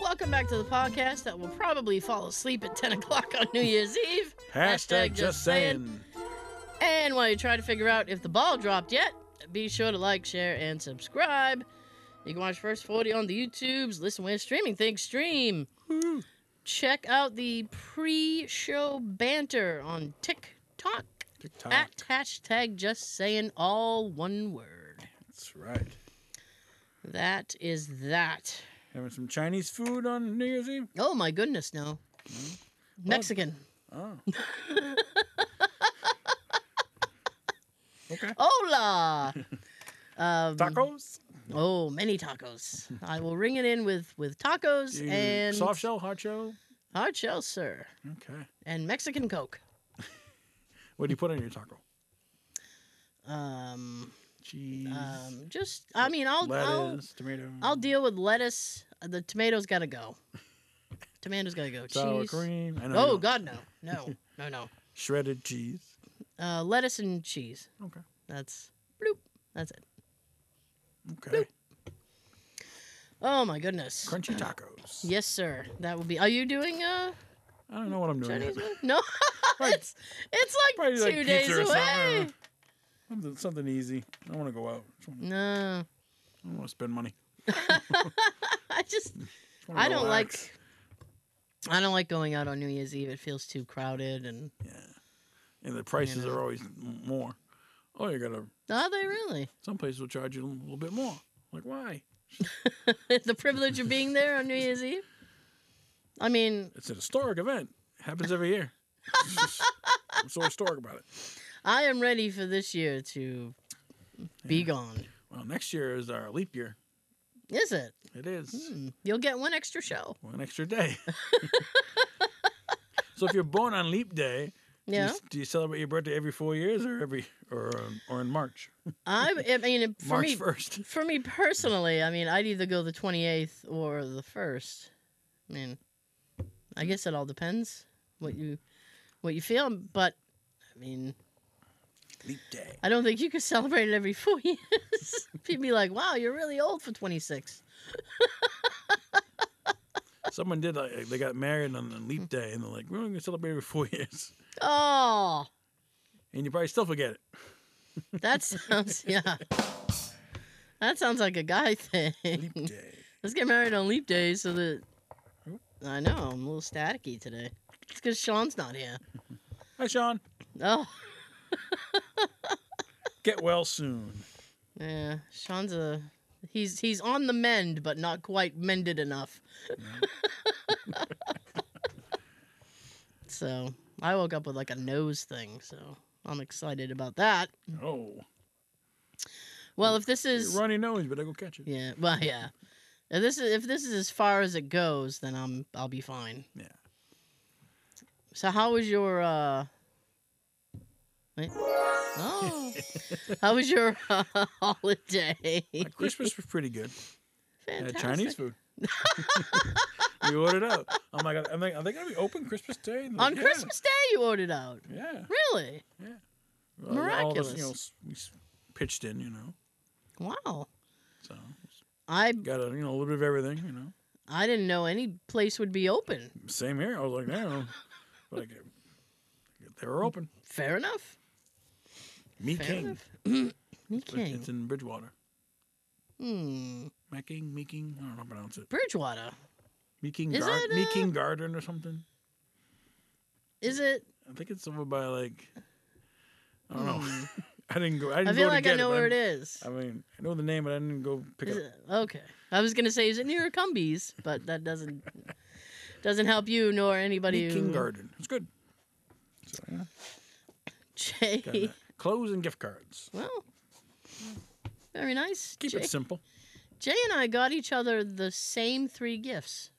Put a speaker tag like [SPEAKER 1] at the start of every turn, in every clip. [SPEAKER 1] welcome back to the podcast that will probably fall asleep at 10 o'clock on New Year's Eve.
[SPEAKER 2] Hashtag just saying.
[SPEAKER 1] And while you try to figure out if the ball dropped yet, be sure to like, share, and subscribe. You can watch First 40 on the YouTubes, listen where streaming things stream. Check out the pre show banter on TikTok
[SPEAKER 2] TikTok.
[SPEAKER 1] at hashtag just saying all one word.
[SPEAKER 2] That's right.
[SPEAKER 1] That is that.
[SPEAKER 2] Having some Chinese food on New Year's Eve?
[SPEAKER 1] Oh my goodness, no.
[SPEAKER 2] Hmm?
[SPEAKER 1] Mexican.
[SPEAKER 2] Oh. okay.
[SPEAKER 1] Hola! um,
[SPEAKER 2] Tacos?
[SPEAKER 1] Oh, many tacos. I will ring it in with with tacos
[SPEAKER 2] You-
[SPEAKER 1] and
[SPEAKER 2] Soft shell, hard shell?
[SPEAKER 1] hard shell, sir,
[SPEAKER 2] Okay.
[SPEAKER 1] and Mexican Coke.
[SPEAKER 2] What do you put on your taco?
[SPEAKER 1] Um,
[SPEAKER 2] Cheese,
[SPEAKER 1] um, just I mean, I'll I'll,
[SPEAKER 2] lettuce, tomato,
[SPEAKER 1] I'll deal with lettuce. The tomatoes gotta go. Tomatoes gotta go.
[SPEAKER 2] sour
[SPEAKER 1] cheese.
[SPEAKER 2] cream. I know you
[SPEAKER 1] Oh
[SPEAKER 2] don't.
[SPEAKER 1] God, no, no, no, no.
[SPEAKER 2] Shredded cheese.
[SPEAKER 1] Uh, lettuce and cheese.
[SPEAKER 2] Okay.
[SPEAKER 1] That's bloop. That's it.
[SPEAKER 2] Okay.
[SPEAKER 1] Oh my goodness.
[SPEAKER 2] Crunchy tacos.
[SPEAKER 1] Yes, sir. That will be. Are you doing uh
[SPEAKER 2] I don't know what I'm doing.
[SPEAKER 1] Chinese?
[SPEAKER 2] yet.
[SPEAKER 1] one? No,
[SPEAKER 2] Probably-
[SPEAKER 1] it's it's like
[SPEAKER 2] Probably
[SPEAKER 1] two
[SPEAKER 2] like
[SPEAKER 1] days
[SPEAKER 2] pizza or something. I
[SPEAKER 1] away.
[SPEAKER 2] don't know. Something, something easy. I want to go out. I don't
[SPEAKER 1] No.
[SPEAKER 2] want to spend money.
[SPEAKER 1] I just
[SPEAKER 2] Just wanna
[SPEAKER 1] I don't
[SPEAKER 2] relax.
[SPEAKER 1] like I don't like going out on New Year's Eve. It feels too crowded and
[SPEAKER 2] And the prices
[SPEAKER 1] know.
[SPEAKER 2] are always m- more. Oh, you gotta.
[SPEAKER 1] are they really?
[SPEAKER 2] Some places will charge you a little bit more. Like why?
[SPEAKER 1] the privilege of being there on New Year's Eve? I mean,
[SPEAKER 2] It's an historic event. happens every year. I'm so historic about it.
[SPEAKER 1] I am ready for this year to be
[SPEAKER 2] Yeah.
[SPEAKER 1] gone.
[SPEAKER 2] Well, next year is our leap year.
[SPEAKER 1] Is it?
[SPEAKER 2] It is
[SPEAKER 1] Hmm. You'll get one extra show.
[SPEAKER 2] one extra day. so if you're born on leap day, do you-
[SPEAKER 1] Yeah.
[SPEAKER 2] do, you, celebrate your birthday every four years or every or um, or in March?
[SPEAKER 1] I I mean for
[SPEAKER 2] March
[SPEAKER 1] me
[SPEAKER 2] first.
[SPEAKER 1] for me personally, I mean I'd either go the 28th or the 1st. I mean, I guess it all depends what you what you feel, but I mean,
[SPEAKER 2] Leap day.
[SPEAKER 1] I don't think you could celebrate it every four years. People be like, "Wow, you're really old for 26."
[SPEAKER 2] Someone did. Like, they got married on the leap day, and they're like, "We're only gonna celebrate every four years,"
[SPEAKER 1] Oh,
[SPEAKER 2] and you probably still forget it.
[SPEAKER 1] that sounds yeah. That sounds like a guy thing.
[SPEAKER 2] Leap day.
[SPEAKER 1] Let's get married on leap day so that. I know I'm a little staticky today. It's because Sean's not here.
[SPEAKER 2] Hi, Sean.
[SPEAKER 1] Oh,
[SPEAKER 2] Get well soon.
[SPEAKER 1] yeah. Sean's a he's he's on the mend, but not quite mended enough. so I woke up with like a nose thing. So I'm excited about that.
[SPEAKER 2] Oh,
[SPEAKER 1] Well, if this
[SPEAKER 2] your
[SPEAKER 1] is
[SPEAKER 2] runny nose, but I go catch it.
[SPEAKER 1] yeah, well, yeah. If this is if this is as far as it goes, then I'm I'll be fine.
[SPEAKER 2] Yeah.
[SPEAKER 1] So how was your uh? Wait. Oh, how was your uh, holiday?
[SPEAKER 2] My Christmas was pretty good. I had
[SPEAKER 1] Fantastic.
[SPEAKER 2] Chinese food. we ordered out. I'm like, I'm like, Oh are they gonna be open Christmas Day? And they're
[SPEAKER 1] On
[SPEAKER 2] like, yeah.
[SPEAKER 1] Christmas Day, you ordered out.
[SPEAKER 2] Yeah.
[SPEAKER 1] Really?
[SPEAKER 2] Well, all this, you know,
[SPEAKER 1] Miraculous.
[SPEAKER 2] s- we s- pitched in, you know.
[SPEAKER 1] Wow.
[SPEAKER 2] So
[SPEAKER 1] I
[SPEAKER 2] got a you know a little bit of everything, you know.
[SPEAKER 1] I didn't know any place would be open.
[SPEAKER 2] Same here. I was like, no, but I get, they were open.
[SPEAKER 1] Fair enough.
[SPEAKER 2] Me
[SPEAKER 1] Fair
[SPEAKER 2] King.
[SPEAKER 1] enough. Me
[SPEAKER 2] It's-
[SPEAKER 1] King.
[SPEAKER 2] It's in Bridgewater.
[SPEAKER 1] Hmm.
[SPEAKER 2] Meking, Meeking, I don't know how to pronounce it.
[SPEAKER 1] Bridgewater.
[SPEAKER 2] Meeking,
[SPEAKER 1] Is
[SPEAKER 2] Gar-
[SPEAKER 1] it, uh,
[SPEAKER 2] Meeking Garden or something.
[SPEAKER 1] Is it?
[SPEAKER 2] I think it's over by like, I don't
[SPEAKER 1] Hmm.
[SPEAKER 2] know. I didn't go. I didn't
[SPEAKER 1] I feel
[SPEAKER 2] go
[SPEAKER 1] like
[SPEAKER 2] to
[SPEAKER 1] I
[SPEAKER 2] get
[SPEAKER 1] know
[SPEAKER 2] it,
[SPEAKER 1] where
[SPEAKER 2] but
[SPEAKER 1] it is.
[SPEAKER 2] I mean, I know the name, but I didn't go pick
[SPEAKER 1] Is
[SPEAKER 2] it up.
[SPEAKER 1] it, okay. I was gonna say, is it near Cumbies? But that doesn't doesn't help you nor anybody.
[SPEAKER 2] Meeking
[SPEAKER 1] who-
[SPEAKER 2] Garden. It's good. So, yeah, got
[SPEAKER 1] Jay.
[SPEAKER 2] that. Clothes and gift cards.
[SPEAKER 1] Well, very nice.
[SPEAKER 2] Keep
[SPEAKER 1] Jay,
[SPEAKER 2] it simple.
[SPEAKER 1] Jay and I got each other the same three gifts.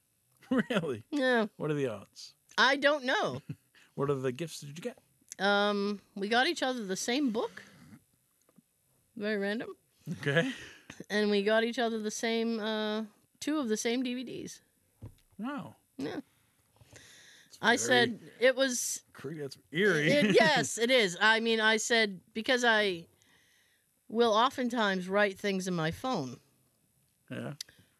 [SPEAKER 2] really?
[SPEAKER 1] No,
[SPEAKER 2] What are the odds?
[SPEAKER 1] I don't know.
[SPEAKER 2] What are the gifts did you get?
[SPEAKER 1] Um, we got each other the same book. Very random.
[SPEAKER 2] Okay.
[SPEAKER 1] And we got each other the same uh, two of the same DVDs.
[SPEAKER 2] Wow.
[SPEAKER 1] Yeah.
[SPEAKER 2] It's
[SPEAKER 1] I
[SPEAKER 2] very
[SPEAKER 1] said it was
[SPEAKER 2] cre- that's eerie.
[SPEAKER 1] It- yes, it is. I mean, I said because I will oftentimes write things in my phone
[SPEAKER 2] yeah.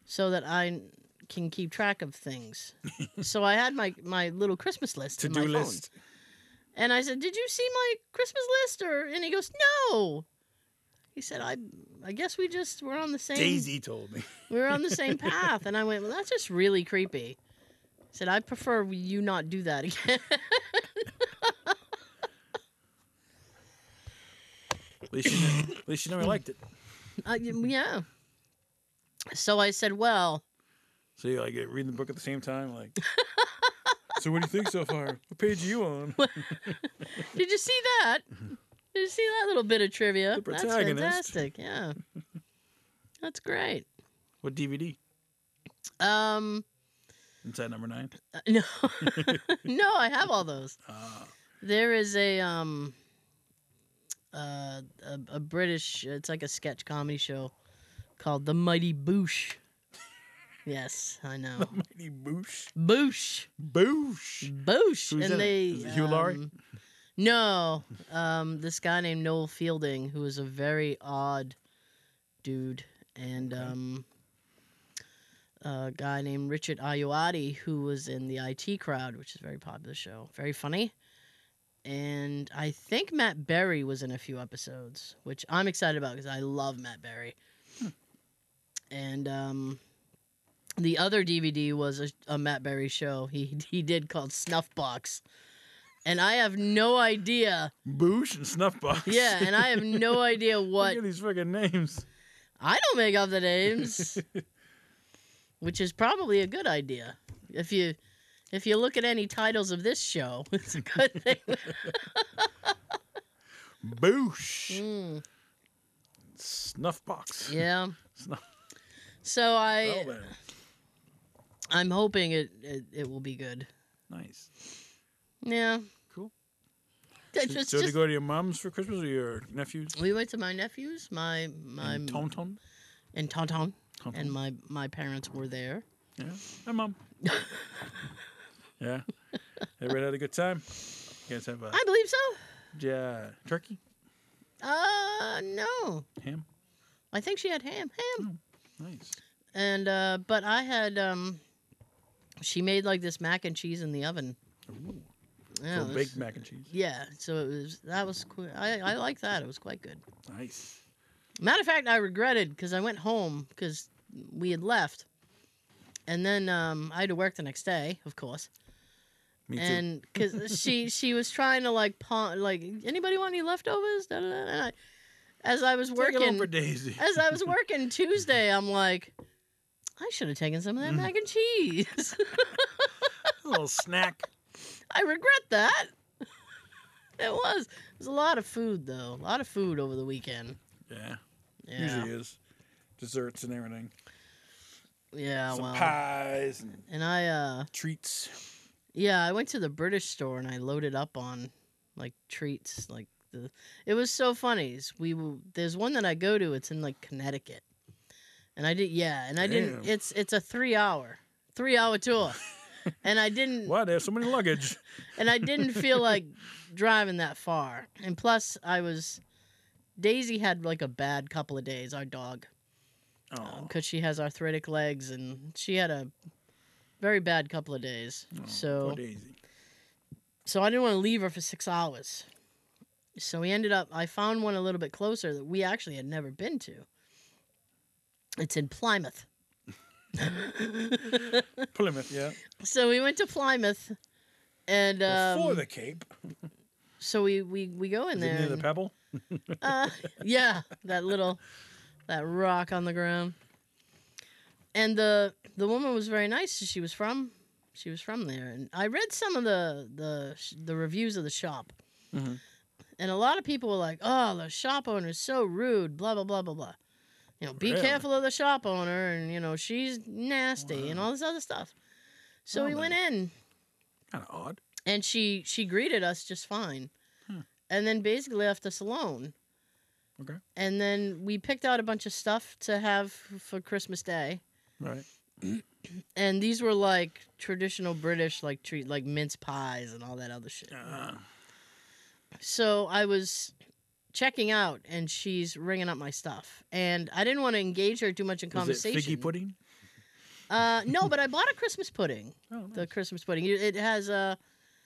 [SPEAKER 1] so that I can keep track of things. so I had my my little Christmas list
[SPEAKER 2] To
[SPEAKER 1] in my
[SPEAKER 2] do
[SPEAKER 1] phone.
[SPEAKER 2] list.
[SPEAKER 1] And I said, "Did you see my Christmas list?" Or and he goes, "No." He said, "I I guess we just we're on the same
[SPEAKER 2] Daisy told me.
[SPEAKER 1] we were on the same path." And I went, "Well, that's just really creepy." I said, "I prefer you not do that again."
[SPEAKER 2] At least she, never, at least she never liked it.
[SPEAKER 1] I, yeah. So I said, "Well,
[SPEAKER 2] So you like reading the book at the same time, like. so what do you think so far? What page are you on?
[SPEAKER 1] did you see that? Did you see that little bit of trivia?
[SPEAKER 2] The
[SPEAKER 1] That's
[SPEAKER 2] protagonist.
[SPEAKER 1] fantastic. Yeah. That's great.
[SPEAKER 2] What DVD?
[SPEAKER 1] Um,
[SPEAKER 2] Inside number nine.
[SPEAKER 1] uh, no, no, I have all those.
[SPEAKER 2] Ah,
[SPEAKER 1] There is a um, uh, a, a British. It's like a sketch comedy show called The Mighty Boosh. Yes, I know.
[SPEAKER 2] mighty boosh.
[SPEAKER 1] Boosh,
[SPEAKER 2] Boosh.
[SPEAKER 1] Boosh,
[SPEAKER 2] Who's in it?
[SPEAKER 1] and they
[SPEAKER 2] Is it Hugh Laurie?
[SPEAKER 1] um, No, um, this guy named Noel Fielding, who is a very odd dude, and
[SPEAKER 2] Okay.
[SPEAKER 1] um, a guy named Richard Ayoade, who was in the IT Crowd, which is a very popular show, very funny. And I think Matt Berry was in a few episodes, which I'm excited about because I love Matt Berry.
[SPEAKER 2] Hmm.
[SPEAKER 1] And um, the other DVD was a, a Matt Berry show he he did called Snuffbox, and I have no idea.
[SPEAKER 2] Boosh and Snuffbox.
[SPEAKER 1] Yeah, and I have no idea what
[SPEAKER 2] Look at these fucking names.
[SPEAKER 1] I don't make up the names, which is probably a good idea. If you if you look at any titles of this show, it's a good thing.
[SPEAKER 2] Boosh.
[SPEAKER 1] Mm,
[SPEAKER 2] Snuffbox.
[SPEAKER 1] yeah.
[SPEAKER 2] Snuff-
[SPEAKER 1] So I
[SPEAKER 2] Oh, well, then.
[SPEAKER 1] I'm hoping it, it it will be good.
[SPEAKER 2] Nice.
[SPEAKER 1] Yeah.
[SPEAKER 2] Cool.
[SPEAKER 1] That
[SPEAKER 2] So,
[SPEAKER 1] just-
[SPEAKER 2] so to
[SPEAKER 1] just-
[SPEAKER 2] go to your mom's for Christmas or your nephews?
[SPEAKER 1] we went to my nephew's, my my
[SPEAKER 2] And Tonton?
[SPEAKER 1] and Tonton,
[SPEAKER 2] Tonton.
[SPEAKER 1] and my my parents were there.
[SPEAKER 2] yeah. Hi, mom. yeah. Everybody had a good time. You guys have a
[SPEAKER 1] I believe so.
[SPEAKER 2] yeah, turkey,
[SPEAKER 1] Uh, no,
[SPEAKER 2] ham.
[SPEAKER 1] I think she had ham.
[SPEAKER 2] Hmm.
[SPEAKER 1] Ham.
[SPEAKER 2] Nice.
[SPEAKER 1] and uh but i had um she made like this mac and cheese in the oven
[SPEAKER 2] Ooh.
[SPEAKER 1] yeah,
[SPEAKER 2] Little
[SPEAKER 1] it
[SPEAKER 2] baked
[SPEAKER 1] was-
[SPEAKER 2] mac and cheese.
[SPEAKER 1] yeah so it was that was qu- i i like that it was quite good
[SPEAKER 2] Nice.
[SPEAKER 1] matter of fact i regretted because i went home because we had left and then um i had to work the next day of course
[SPEAKER 2] Me too.
[SPEAKER 1] and because she she was trying to like pawn like anybody want any leftovers da, da, da, and I, as i was
[SPEAKER 2] Take it home
[SPEAKER 1] working
[SPEAKER 2] for Daisy.
[SPEAKER 1] as I was working Tuesday, I'm like, I should have taken some of that
[SPEAKER 2] Mm.
[SPEAKER 1] mac and cheese.
[SPEAKER 2] a little snack.
[SPEAKER 1] I regret that. It was. It was a lot of food though. A lot of food over the weekend.
[SPEAKER 2] Yeah,
[SPEAKER 1] Yeah.
[SPEAKER 2] usually is desserts and everything.
[SPEAKER 1] yeah,
[SPEAKER 2] Some
[SPEAKER 1] Oh, well.
[SPEAKER 2] pies and
[SPEAKER 1] And I uh
[SPEAKER 2] treats.
[SPEAKER 1] yeah, I went to the British store and I loaded up on like treats like the It was so funny. It's- We were- there's one that I go to, it's in like Connecticut. And I did yeah, and I didn't
[SPEAKER 2] Damn.
[SPEAKER 1] it's it's a 3 hour 3 hour tour. and I didn't
[SPEAKER 2] Why there's so many luggage?
[SPEAKER 1] and I didn't feel like driving that far. And plus, I was Daisy had like a bad couple of days. Our dog,
[SPEAKER 2] Oh,
[SPEAKER 1] because she has arthritic legs, and she had a very bad couple of days.
[SPEAKER 2] oh,
[SPEAKER 1] so,
[SPEAKER 2] poor Daisy.
[SPEAKER 1] so I didn't want to leave her for six hours. So we ended up. I found one a little bit closer that we actually had never been to. It's in Plymouth.
[SPEAKER 2] Plymouth, yeah.
[SPEAKER 1] so we went to Plymouth, and um,
[SPEAKER 2] Before the Cape,
[SPEAKER 1] so we, we we go in
[SPEAKER 2] is
[SPEAKER 1] there.
[SPEAKER 2] it near the
[SPEAKER 1] and-
[SPEAKER 2] Pebble?
[SPEAKER 1] Uh, yeah, that little, that rock on the ground. And the the woman was very nice. She was from, she was from there, and I read some of the the sh- the reviews of the shop,
[SPEAKER 2] Mhm.
[SPEAKER 1] and a lot of people were like, "Oh, the shop owner's so rude," blah blah blah blah blah. You know, be
[SPEAKER 2] Really?
[SPEAKER 1] careful of the shop owner, and you know she's nasty and
[SPEAKER 2] Wow.
[SPEAKER 1] all this other stuff. So
[SPEAKER 2] Well
[SPEAKER 1] we went in,
[SPEAKER 2] Kind of odd.
[SPEAKER 1] and she she greeted us just fine
[SPEAKER 2] Huh.
[SPEAKER 1] and then basically left us alone
[SPEAKER 2] Hmm. Okay.
[SPEAKER 1] and then we picked out a bunch of stuff to have for christmas day
[SPEAKER 2] Right.
[SPEAKER 1] and these were like traditional british like treat like mince pies and all that other shit
[SPEAKER 2] Uh,
[SPEAKER 1] so i was checking out and she's ringing up my stuff and i didn't want to engage her too much in
[SPEAKER 2] is it
[SPEAKER 1] conversation
[SPEAKER 2] figgy pudding?
[SPEAKER 1] Uh, no, but I bought a Christmas pudding.
[SPEAKER 2] Oh,
[SPEAKER 1] The
[SPEAKER 2] nice.
[SPEAKER 1] Christmas pudding. It it has a.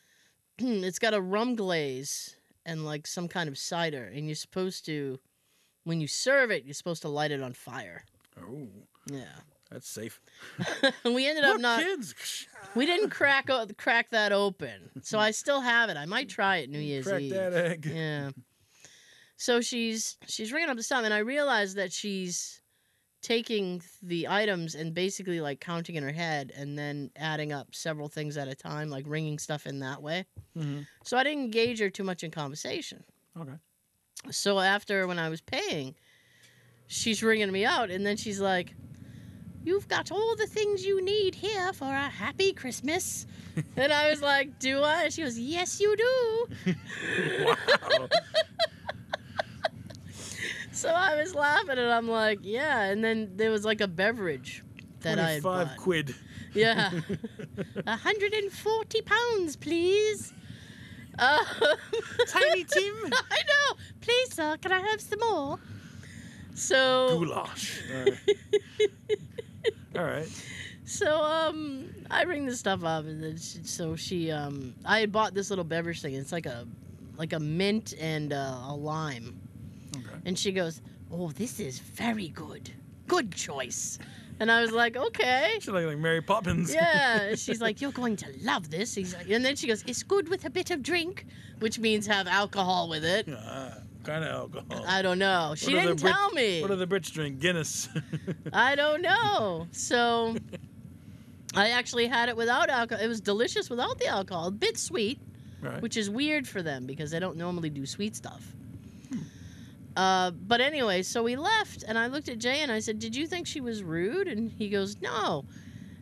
[SPEAKER 1] It's got a rum glaze and like some kind of cider, and you're supposed to, when you serve it, you're supposed to light it on fire.
[SPEAKER 2] oh,
[SPEAKER 1] Yeah,
[SPEAKER 2] that's safe.
[SPEAKER 1] and we ended up
[SPEAKER 2] Look,
[SPEAKER 1] not.
[SPEAKER 2] kids.
[SPEAKER 1] We didn't crack o- crack that open, so I still have it. I might try it New Year's
[SPEAKER 2] Crack
[SPEAKER 1] Eve.
[SPEAKER 2] that egg.
[SPEAKER 1] Yeah. So she's she's ringing up the sum, and I realize that she's taking the items and basically like counting in her head and then adding up several things at a time, like ringing stuff in that way.
[SPEAKER 2] Mhm.
[SPEAKER 1] So I didn't engage her too much in conversation.
[SPEAKER 2] Okay.
[SPEAKER 1] So after when I was paying, she's ringing me out, and then she's like, "You've got all the things you need here for a happy Christmas." and I was like, "Do I?" And she goes, "Yes, you do."
[SPEAKER 2] Wow.
[SPEAKER 1] So I was laughing, and I'm like, "Yeah." And then there was like a beverage that I had
[SPEAKER 2] Twenty-five
[SPEAKER 1] bought.
[SPEAKER 2] quid.
[SPEAKER 1] Yeah, hundred and forty pounds, please. Um,
[SPEAKER 2] Tiny Tim.
[SPEAKER 1] I know. Please, sir, can I have some more? So
[SPEAKER 2] Goulash. All right. All right.
[SPEAKER 1] So um, I bring this stuff up, and then she, so she um, I had bought this little beverage thing. It's like a, like a mint and uh, a lime,
[SPEAKER 2] Okay.
[SPEAKER 1] and she goes, "Oh, this is very good, good choice," and I was like, "Okay."
[SPEAKER 2] She's like, like Mary Poppins.
[SPEAKER 1] Yeah, she's like, you're going to love this. He's like, and then she goes, it's good with a bit of drink, which means have alcohol with it.
[SPEAKER 2] Ah, kind of alcohol.
[SPEAKER 1] I don't know. She
[SPEAKER 2] What are the
[SPEAKER 1] didn't
[SPEAKER 2] Brit-
[SPEAKER 1] tell me.
[SPEAKER 2] What do the Brits drink? Guinness.
[SPEAKER 1] I don't know. So I actually had it without alcohol. It was delicious without the alcohol. A bit sweet,
[SPEAKER 2] right.
[SPEAKER 1] which is weird for them because they don't normally do sweet stuff.
[SPEAKER 2] Hmm.
[SPEAKER 1] Uh, but anyway, so we left, and I looked at Jay and I said, Did you think she was rude? And he goes, No.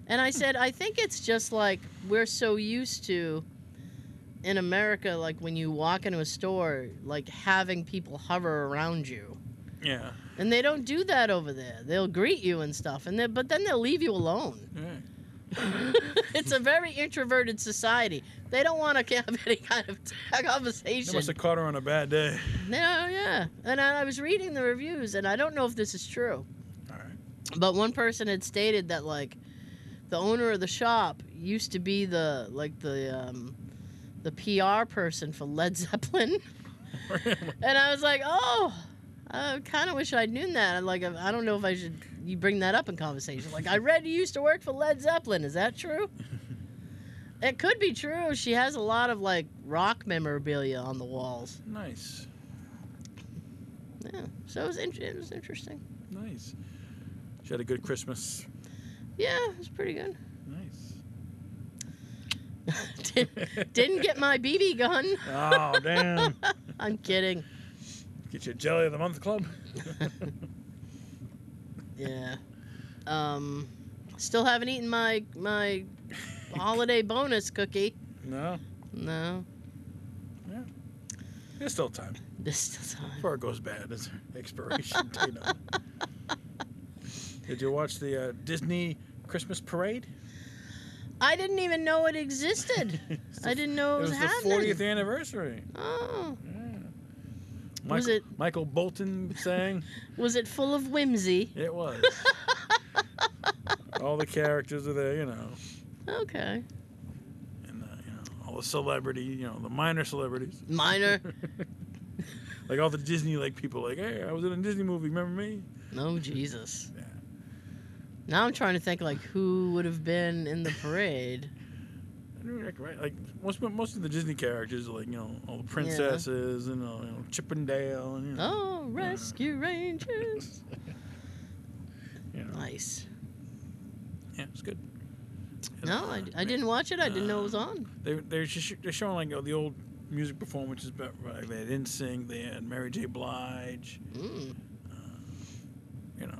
[SPEAKER 1] And
[SPEAKER 2] Hmm.
[SPEAKER 1] I said, I think it's just like we're so used to in America, like when you walk into a store, like having people hover around you.
[SPEAKER 2] yeah.
[SPEAKER 1] And they don't do that over there. They'll greet you and stuff, and they- but then they'll leave you alone.
[SPEAKER 2] Yeah.
[SPEAKER 1] it's a very introverted society. They don't want to have any kind of
[SPEAKER 2] They
[SPEAKER 1] conversation.
[SPEAKER 2] must have caught her on a bad day.
[SPEAKER 1] No, yeah. And I, I was reading the reviews, and I don't know if this is true,
[SPEAKER 2] All right.
[SPEAKER 1] but one person had stated that like the owner of the shop used to be the like the um, the PR person for Led Zeppelin. And I was like, oh, I kind of wish I'd known that. I'm like, I don't know if I should. You bring that up in conversation. Like, I read you used to work for Led Zeppelin. Is that true? it could be true. She has a lot of like rock memorabilia on the walls.
[SPEAKER 2] nice.
[SPEAKER 1] Yeah. So it was, in- it was interesting.
[SPEAKER 2] Nice. She had a good Christmas.
[SPEAKER 1] Yeah, it was pretty good.
[SPEAKER 2] Nice.
[SPEAKER 1] Did, didn't get my BB gun.
[SPEAKER 2] Oh damn!
[SPEAKER 1] I'm kidding.
[SPEAKER 2] Get your jelly of the month club.
[SPEAKER 1] Yeah. Um, still haven't eaten my my holiday bonus cookie.
[SPEAKER 2] No,
[SPEAKER 1] No.
[SPEAKER 2] there's still time
[SPEAKER 1] This still time.
[SPEAKER 2] before it goes bad. It's expiration date. on it. Did you watch the uh, Disney Christmas parade?
[SPEAKER 1] I didn't even know it existed.
[SPEAKER 2] It's the-
[SPEAKER 1] I didn't know
[SPEAKER 2] It
[SPEAKER 1] it was,
[SPEAKER 2] was the
[SPEAKER 1] happening.
[SPEAKER 2] 40th anniversary.
[SPEAKER 1] Oh,
[SPEAKER 2] Yeah. Michael,
[SPEAKER 1] Was it-
[SPEAKER 2] Michael Bolton sang?
[SPEAKER 1] was it full of whimsy?
[SPEAKER 2] it was. All the characters are there, you know,
[SPEAKER 1] Okay.
[SPEAKER 2] and uh, you know all the celebrity, you know, the minor celebrities.
[SPEAKER 1] Minor.
[SPEAKER 2] Like all the Disney like people, like, hey, I was in a Disney movie. Remember me?
[SPEAKER 1] No, Jesus.
[SPEAKER 2] Yeah.
[SPEAKER 1] Now I'm trying to think like who would have been in the parade.
[SPEAKER 2] I don't rec- right? Like most most of the Disney characters, are like you know, all the princesses and all, you know, Chippendale and you know,
[SPEAKER 1] Oh, Rescue Rangers. Oh.
[SPEAKER 2] you know.
[SPEAKER 1] Nice.
[SPEAKER 2] yeah, it's good. And,
[SPEAKER 1] No,
[SPEAKER 2] uh,
[SPEAKER 1] I, I didn't watch it. I didn't know it was on.
[SPEAKER 2] They they're sh- they're showing like all the old music performances, but like, they had NSYNC, they had Mary J. Blige,
[SPEAKER 1] Mm.
[SPEAKER 2] you know,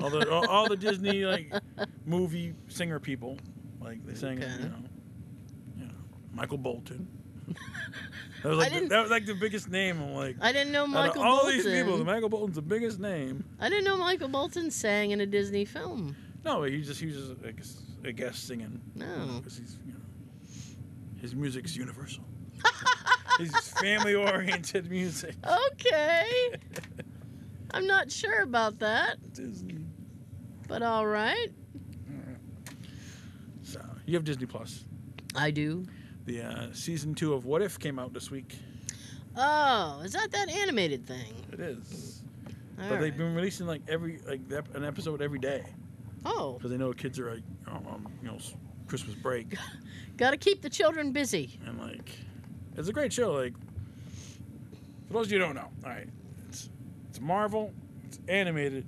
[SPEAKER 2] all the all, all the Disney like movie singer people, like they sang,
[SPEAKER 1] Okay.
[SPEAKER 2] you know, you know, Michael Bolton. that was like the,
[SPEAKER 1] didn't-
[SPEAKER 2] that was like the biggest name. I'm like.
[SPEAKER 1] I didn't know
[SPEAKER 2] Out of
[SPEAKER 1] Michael
[SPEAKER 2] all
[SPEAKER 1] Bolton.
[SPEAKER 2] these people, the Michael Bolton's the biggest name.
[SPEAKER 1] I didn't know Michael Bolton sang in a Disney film.
[SPEAKER 2] No, he just he was just a guest, a guest singing.
[SPEAKER 1] No.
[SPEAKER 2] Because he's you know his music's universal. He's family oriented music.
[SPEAKER 1] Okay. I'm not sure about that,
[SPEAKER 2] Disney.
[SPEAKER 1] but all right.
[SPEAKER 2] You have Disney Plus.
[SPEAKER 1] I do.
[SPEAKER 2] The uh, season two of What If came out this week.
[SPEAKER 1] Oh, is that that animated thing?
[SPEAKER 2] It is.
[SPEAKER 1] All
[SPEAKER 2] but they've
[SPEAKER 1] right.
[SPEAKER 2] been releasing like every like the ep- an episode every day
[SPEAKER 1] Oh,
[SPEAKER 2] because they know kids are like on, on you know s- Christmas break
[SPEAKER 1] gotta keep the children busy.
[SPEAKER 2] and like it's a great show. Like for those of you who don't know, all right, it's it's Marvel, it's animated,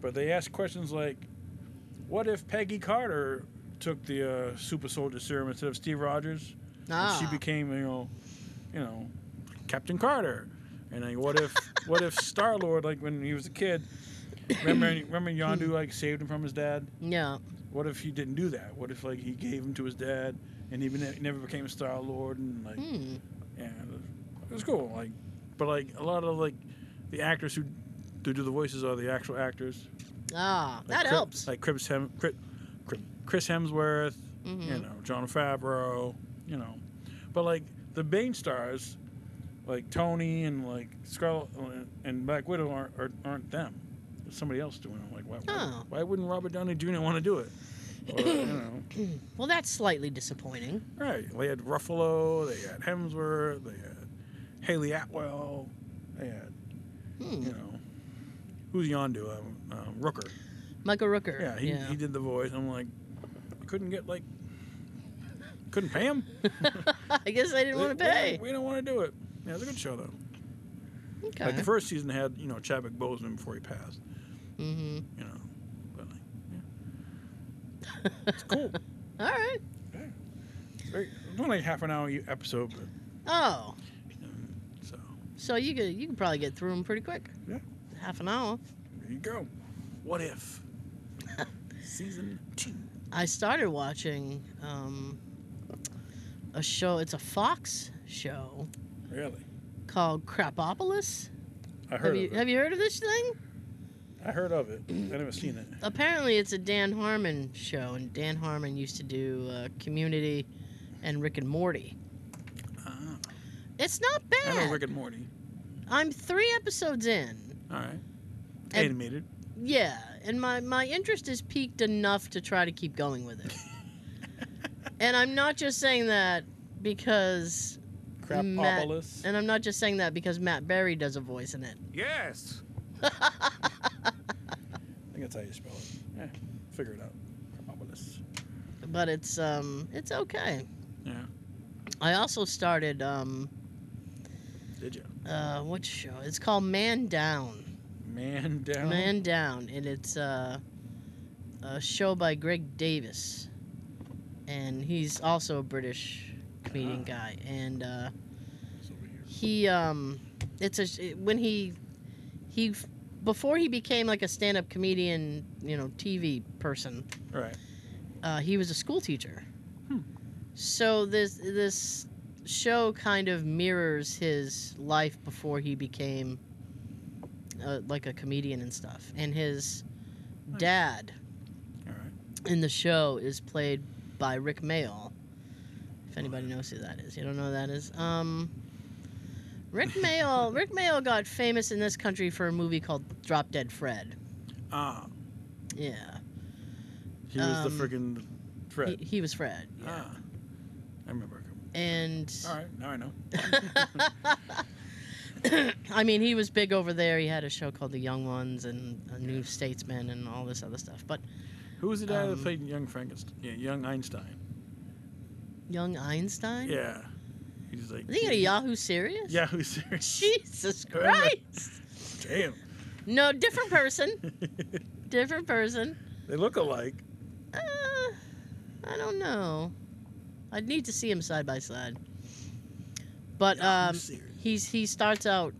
[SPEAKER 2] but they ask questions like, what if Peggy Carter took the uh, super soldier serum instead of Steve Rogers?
[SPEAKER 1] Ah,
[SPEAKER 2] And she became you know you know captain carter and like what if what if star lord like when he was a kid remember remember yondu like saved him from his dad
[SPEAKER 1] yeah.
[SPEAKER 2] what if he didn't do that what if like he gave him to his dad and he ne- never became star lord and like
[SPEAKER 1] Hmm.
[SPEAKER 2] yeah it was cool like but like a lot of like the actors who who do the voices are the actual actors
[SPEAKER 1] Ah,
[SPEAKER 2] like
[SPEAKER 1] that
[SPEAKER 2] Cri-
[SPEAKER 1] helps.
[SPEAKER 2] like chris, Hem- Chris, chris hemsworth
[SPEAKER 1] hmm
[SPEAKER 2] you know, John Favreau, you know. But like the main stars, like Tony and like Scarlet and Black Widow aren't aren't, aren't them. It's somebody else doing it. Like why,
[SPEAKER 1] Oh.
[SPEAKER 2] why, why wouldn't Robert Downey Jr. want to do it? Or, you know,
[SPEAKER 1] Well, that's slightly disappointing.
[SPEAKER 2] right? They had Ruffalo, they had Hemsworth, they had Haley Atwell, they had
[SPEAKER 1] Hmm.
[SPEAKER 2] you know. Who's Yondu? Um, um, Rooker.
[SPEAKER 1] Michael Rooker.
[SPEAKER 2] Yeah he, he did the voice. I'm like, I couldn't get like, couldn't pay him.
[SPEAKER 1] I guess they didn't
[SPEAKER 2] We-
[SPEAKER 1] want
[SPEAKER 2] we
[SPEAKER 1] to pay.
[SPEAKER 2] don't- We don't want to do it. Yeah, it's a good show though.
[SPEAKER 1] Okay.
[SPEAKER 2] Like the first season had you know Chadwick Boseman before he passed.
[SPEAKER 1] mm-hmm.
[SPEAKER 2] You know, but like, yeah. it's cool.
[SPEAKER 1] All right.
[SPEAKER 2] Very, it's only like half an hour e- episode, but
[SPEAKER 1] Oh,
[SPEAKER 2] um, so
[SPEAKER 1] so you could you can probably get through them pretty quick.
[SPEAKER 2] Yeah.
[SPEAKER 1] Half an hour.
[SPEAKER 2] there you go. What if season two?
[SPEAKER 1] I started watching um, a show. It's a Fox show
[SPEAKER 2] Really?
[SPEAKER 1] called Crapopolis.
[SPEAKER 2] I heard
[SPEAKER 1] Have you
[SPEAKER 2] of it.
[SPEAKER 1] have you heard of this thing?
[SPEAKER 2] I heard of it. I never seen it.
[SPEAKER 1] Apparently, it's a Dan Harmon show, and Dan Harmon used to do uh, Community and Rick and Morty.
[SPEAKER 2] Ah,
[SPEAKER 1] It's not
[SPEAKER 2] I know
[SPEAKER 1] bad.
[SPEAKER 2] Rick and Morty.
[SPEAKER 1] I'm three episodes in.
[SPEAKER 2] All right. It's
[SPEAKER 1] And-
[SPEAKER 2] Animated.
[SPEAKER 1] Yeah, and my, my interest is piqued enough to try to keep going with it. and I'm not just saying that because, Matt-
[SPEAKER 2] Crapopolis.
[SPEAKER 1] and I'm not just saying that because Matt Berry does a voice in it.
[SPEAKER 2] Yes. I think that's how you spell it. Yeah, figure it out. Crapopolis.
[SPEAKER 1] but it's um it's okay.
[SPEAKER 2] Yeah.
[SPEAKER 1] I also started um
[SPEAKER 2] Did you?
[SPEAKER 1] uh what show? It's called Man Down.
[SPEAKER 2] Man down.
[SPEAKER 1] Man Down, and it's uh, a show by Greg Davis, and he's also a British comedian
[SPEAKER 2] Ah.
[SPEAKER 1] guy. And uh,
[SPEAKER 2] It's over here.
[SPEAKER 1] he, um, it's a sh- when he he before he became like a stand-up comedian, you know, TV person,
[SPEAKER 2] Right.
[SPEAKER 1] uh, he was a school teacher.
[SPEAKER 2] Hmm.
[SPEAKER 1] So this this show kind of mirrors his life before he became uh, like a comedian and stuff. And his
[SPEAKER 2] Nice.
[SPEAKER 1] dad
[SPEAKER 2] All right.
[SPEAKER 1] in the show is played by Rick Mayall. If anybody knows who that is, you don't know who that is. Um, Rick Mayall. Rick Mayall got famous in this country for a movie called Drop Dead Fred.
[SPEAKER 2] Ah,
[SPEAKER 1] Yeah,
[SPEAKER 2] he was
[SPEAKER 1] Um,
[SPEAKER 2] the freaking Fred.
[SPEAKER 1] He, he was Fred. Yeah.
[SPEAKER 2] Ah, I remember. him.
[SPEAKER 1] And
[SPEAKER 2] All right, now I know.
[SPEAKER 1] I mean, he was big over there. He had a show called The Young Ones and A New Statesman and all this other stuff. But
[SPEAKER 2] Who was the guy
[SPEAKER 1] Um,
[SPEAKER 2] that played young Frankenstein? Yeah, young Einstein.
[SPEAKER 1] Young Einstein?
[SPEAKER 2] Yeah, he's like.
[SPEAKER 1] Is he had a Yahoo Serious?
[SPEAKER 2] Yeah, who's serious?
[SPEAKER 1] Jesus
[SPEAKER 2] I remember.
[SPEAKER 1] Christ.
[SPEAKER 2] Damn,
[SPEAKER 1] No, different person. Different person.
[SPEAKER 2] they look alike.
[SPEAKER 1] Uh, I don't know. I'd need to see him side by side. But
[SPEAKER 2] Yahoo
[SPEAKER 1] um,
[SPEAKER 2] Serious.
[SPEAKER 1] he's he starts out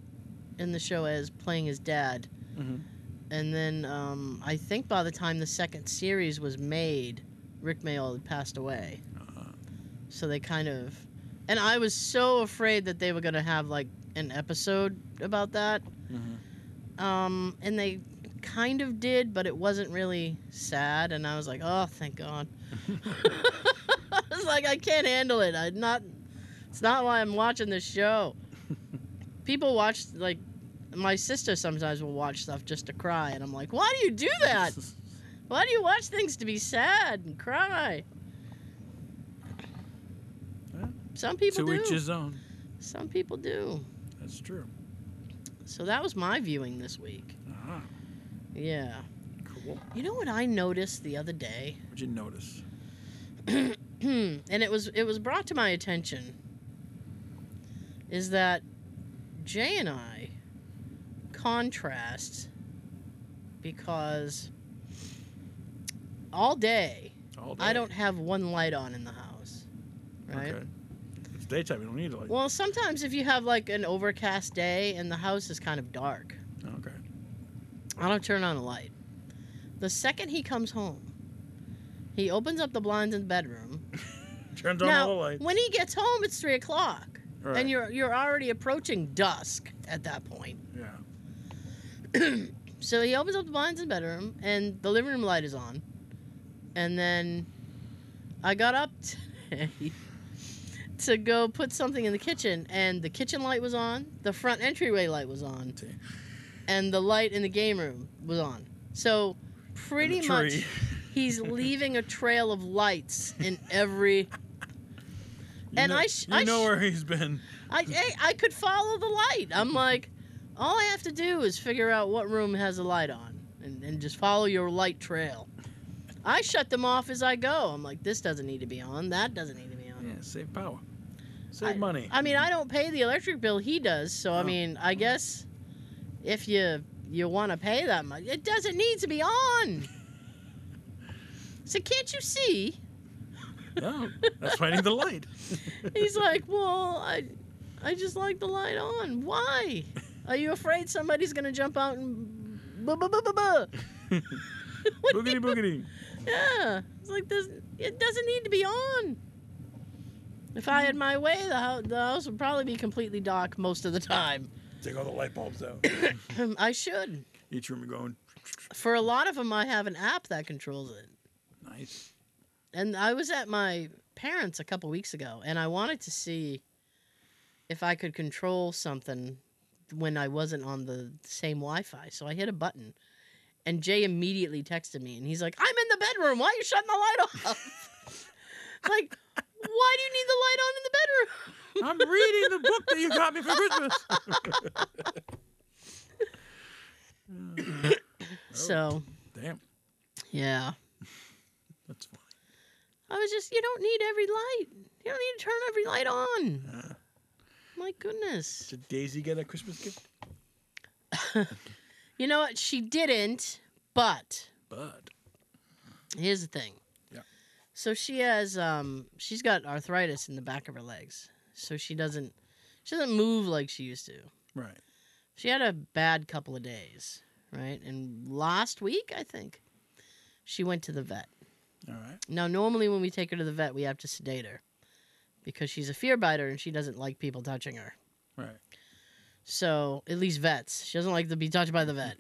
[SPEAKER 1] in the show as playing his dad.
[SPEAKER 2] Mm-hmm.
[SPEAKER 1] And then um, I think by the time the second series was made, Rick Mayall had passed away.
[SPEAKER 2] Uh,
[SPEAKER 1] So they kind of. And I was so afraid that they were going to have, like, an episode about that.
[SPEAKER 2] mhm.
[SPEAKER 1] Um, and they kind of did, but it wasn't really sad. And I was like, oh, thank God. I was like, I can't handle it. I'm not. It's not why I'm watching this show. People watch, like, my sister sometimes will watch stuff just to cry. And I'm like, why do you do that? Why do you watch things to be sad and cry? Some people
[SPEAKER 2] to each
[SPEAKER 1] do.
[SPEAKER 2] his own.
[SPEAKER 1] Some people do.
[SPEAKER 2] That's true.
[SPEAKER 1] So that was my viewing this week.
[SPEAKER 2] Uh-huh.
[SPEAKER 1] Yeah.
[SPEAKER 2] Cool.
[SPEAKER 1] You know what I noticed the other day?
[SPEAKER 2] What'd you notice?
[SPEAKER 1] and it was it was brought to my attention is that Jay and I contrast because all day
[SPEAKER 2] All day.
[SPEAKER 1] I don't have one light on in the house. Right?
[SPEAKER 2] Okay. It's daytime. You don't need a light.
[SPEAKER 1] Well, sometimes if you have like an overcast day and the house is kind of dark,
[SPEAKER 2] okay.
[SPEAKER 1] I don't turn on a light. The second he comes home, he opens up the blinds in the bedroom.
[SPEAKER 2] Turns on
[SPEAKER 1] Now,
[SPEAKER 2] all the lights.
[SPEAKER 1] when he gets home, it's three o'clock,
[SPEAKER 2] Right.
[SPEAKER 1] and you're you're already approaching dusk at that point.
[SPEAKER 2] Yeah.
[SPEAKER 1] So he opens up the blinds in the bedroom, and the living room light is on. And then I got up today to go put something in the kitchen, and the kitchen light was on, the front entryway light was on,
[SPEAKER 2] See.
[SPEAKER 1] and the light in the game room was on. So
[SPEAKER 2] And the
[SPEAKER 1] pretty much
[SPEAKER 2] tree.
[SPEAKER 1] he's leaving a trail of lights in every.
[SPEAKER 2] You
[SPEAKER 1] and
[SPEAKER 2] know,
[SPEAKER 1] I sh-
[SPEAKER 2] you
[SPEAKER 1] I
[SPEAKER 2] know
[SPEAKER 1] sh-
[SPEAKER 2] where he's been.
[SPEAKER 1] I, I I could follow the light. I'm like, all I have to do is figure out what room has a light on, and, and just follow your light trail. I shut them off as I go. I'm like, this doesn't need to be on. That doesn't need to be on.
[SPEAKER 2] Yeah, save power. Save money.
[SPEAKER 1] I mean, I don't pay the electric bill. He does. So I
[SPEAKER 2] Oh.
[SPEAKER 1] mean, I guess if you you want to pay that much, it doesn't need to be on. So can't you see?
[SPEAKER 2] no, that's why I need the light.
[SPEAKER 1] He's like, well, I, I just like the light on. Why? Are you afraid somebody's gonna jump out and, buh, buh, buh, buh, buh? What do
[SPEAKER 2] boogity
[SPEAKER 1] you-
[SPEAKER 2] boogity.
[SPEAKER 1] Yeah. It's like this. It doesn't need to be on. If I had my way, the house, the house would probably be completely dark most of the time.
[SPEAKER 2] Take all the light bulbs out.
[SPEAKER 1] I should.
[SPEAKER 2] Each room you're going.
[SPEAKER 1] For a lot of them, I have an app that controls it.
[SPEAKER 2] Nice.
[SPEAKER 1] And I was at my parents a couple weeks ago, and I wanted to see if I could control something when I wasn't on the same Wi-Fi. So I hit a button, and Jay immediately texted me, and he's like, "I'm in the bedroom. Why are you shutting the light off?" like, why do you need the light on in the bedroom?
[SPEAKER 2] I'm reading the book that you got me for Christmas. Oh.
[SPEAKER 1] So
[SPEAKER 2] Damn,
[SPEAKER 1] yeah,
[SPEAKER 2] that's funny.
[SPEAKER 1] I was just, you don't need every light. You don't need to turn every light on.
[SPEAKER 2] Uh,
[SPEAKER 1] My goodness.
[SPEAKER 2] did Daisy get a Christmas gift?
[SPEAKER 1] You know what? She didn't, but.
[SPEAKER 2] But
[SPEAKER 1] Here's the thing.
[SPEAKER 2] Yeah.
[SPEAKER 1] So she has um she's got arthritis in the back of her legs. So she doesn't she doesn't move like she used to.
[SPEAKER 2] right,
[SPEAKER 1] She had a bad couple of days, right? And last week, I think, she went to the vet.
[SPEAKER 2] all right,
[SPEAKER 1] Now normally when we take her to the vet, we have to sedate her because she's a fear biter and she doesn't like people touching her.
[SPEAKER 2] right.
[SPEAKER 1] So, at least vets. She doesn't like to be touched by the vet.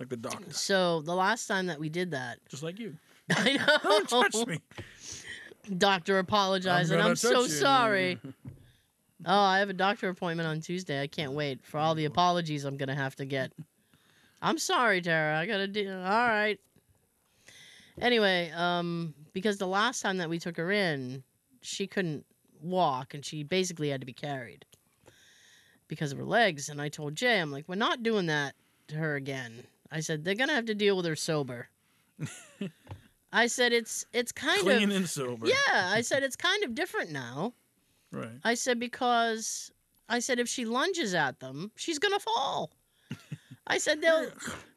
[SPEAKER 2] Like the doctor,
[SPEAKER 1] so, the last time that we did that,
[SPEAKER 2] just like you.
[SPEAKER 1] I know.
[SPEAKER 2] Don't touch me.
[SPEAKER 1] doctor apologize
[SPEAKER 2] I'm
[SPEAKER 1] and
[SPEAKER 2] gonna
[SPEAKER 1] I'm so
[SPEAKER 2] touch you.
[SPEAKER 1] sorry. Oh, I have a doctor appointment on Tuesday. I can't wait for all the apologies I'm gonna have to get. I'm sorry, Tara. I gotta do. All right. Anyway, um, because the last time that we took her in, she couldn't walk and she basically had to be carried because of her legs. And I told Jay, I'm like, we're not doing that to her again. I said they're gonna have to deal with her sober. I said it's it's kind
[SPEAKER 2] Clean
[SPEAKER 1] of
[SPEAKER 2] and sober.
[SPEAKER 1] yeah. I said it's kind of different now.
[SPEAKER 2] Right.
[SPEAKER 1] I said, because I said, if she lunges at them, she's going to fall. I said, they'll,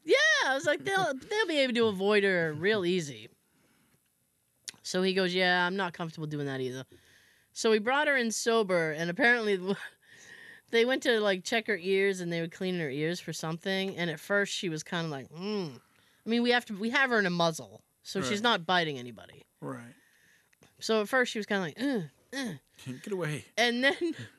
[SPEAKER 1] yeah, I was like, they'll, they'll be able to avoid her real easy. So he goes, yeah, I'm not comfortable doing that either. So we brought her in sober, and apparently they went to like check her ears and they were cleaning her ears for something. And at first she was kind of like, mm. I mean, we have to, we have her in a muzzle, so
[SPEAKER 2] Right.
[SPEAKER 1] she's not biting anybody.
[SPEAKER 2] Right.
[SPEAKER 1] So at first she was kind of like, Ugh, ugh.
[SPEAKER 2] Get away.
[SPEAKER 1] And then the,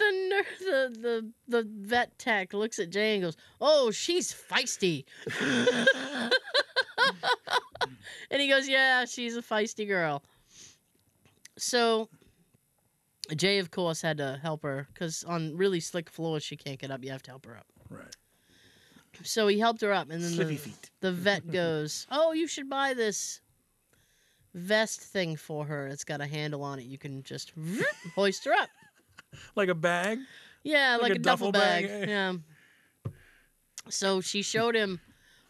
[SPEAKER 1] ner- the the the vet tech looks at Jay and goes, "Oh, she's feisty." and he goes, "Yeah, she's a feisty girl." So Jay, of course, had to help her because on really slick floors she can't get up. You have to help her up.
[SPEAKER 2] Right.
[SPEAKER 1] So he helped her up, and then
[SPEAKER 2] Slippy
[SPEAKER 1] the,
[SPEAKER 2] feet.
[SPEAKER 1] the vet goes, "Oh, you should buy this vest thing for her. It's got a handle on it. You can just hoist her up.
[SPEAKER 2] Like a bag?
[SPEAKER 1] Yeah, like,
[SPEAKER 2] Like
[SPEAKER 1] a,
[SPEAKER 2] a
[SPEAKER 1] duffel,
[SPEAKER 2] duffel
[SPEAKER 1] bag.
[SPEAKER 2] bag, eh?
[SPEAKER 1] Yeah. So she showed him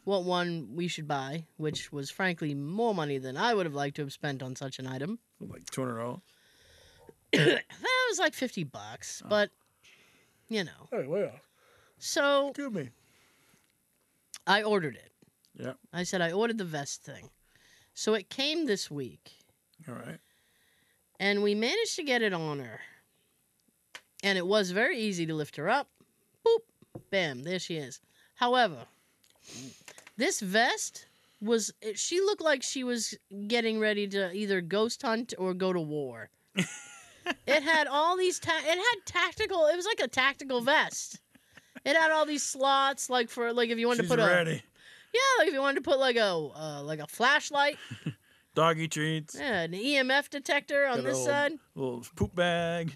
[SPEAKER 1] what one we should buy, which was frankly more money than I would have liked to have spent on such an item.
[SPEAKER 2] Like two hundred dollars.
[SPEAKER 1] that was like 50 bucks,
[SPEAKER 2] Oh.
[SPEAKER 1] but you know.
[SPEAKER 2] Hey, well,
[SPEAKER 1] So
[SPEAKER 2] excuse me.
[SPEAKER 1] I ordered it.
[SPEAKER 2] Yeah.
[SPEAKER 1] I said I ordered the vest thing. So it came this week
[SPEAKER 2] All right.
[SPEAKER 1] and we managed to get it on her. And it was very easy to lift her up. Boop. Bam, there she is. However, this vest was it- she looked like she was getting ready to either ghost hunt or go to war. it had all these ta- it had tactical it was like a tactical vest. It had all these slots like for like if you wanted
[SPEAKER 2] She's
[SPEAKER 1] to put a
[SPEAKER 2] ready.
[SPEAKER 1] Yeah, like if you wanted to put like a uh, like a flashlight,
[SPEAKER 2] Doggy treats.
[SPEAKER 1] yeah, an EMF detector on
[SPEAKER 2] Got
[SPEAKER 1] this
[SPEAKER 2] old-
[SPEAKER 1] side.
[SPEAKER 2] Little poop bag.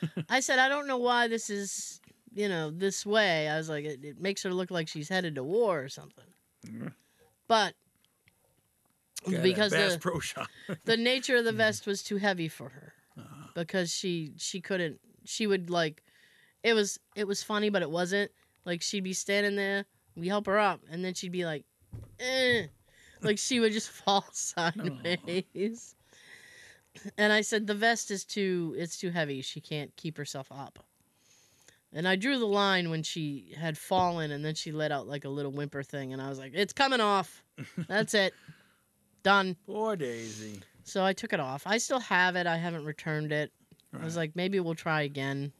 [SPEAKER 1] I said I don't know why this is, you know, this way. I was like, it, it makes her look like she's headed to war or something.
[SPEAKER 2] Mhm.
[SPEAKER 1] But
[SPEAKER 2] Got it at
[SPEAKER 1] because
[SPEAKER 2] Bass
[SPEAKER 1] the,
[SPEAKER 2] Pro Shop.
[SPEAKER 1] the nature of the vest was too heavy for her, because she she couldn't she would like, it was it was funny but it wasn't like she'd be standing there we help her up and then she'd be like, eh. like she would just fall sideways. And I said the vest is too it's too heavy. She can't keep herself up. And I drew the line when she had fallen and then she let out like a little whimper thing and I was like, "It's coming off. That's it. Done."
[SPEAKER 2] Poor Daisy.
[SPEAKER 1] So I took it off. I still have it. I haven't returned it. I was
[SPEAKER 2] Right.
[SPEAKER 1] like, "Maybe we'll try again."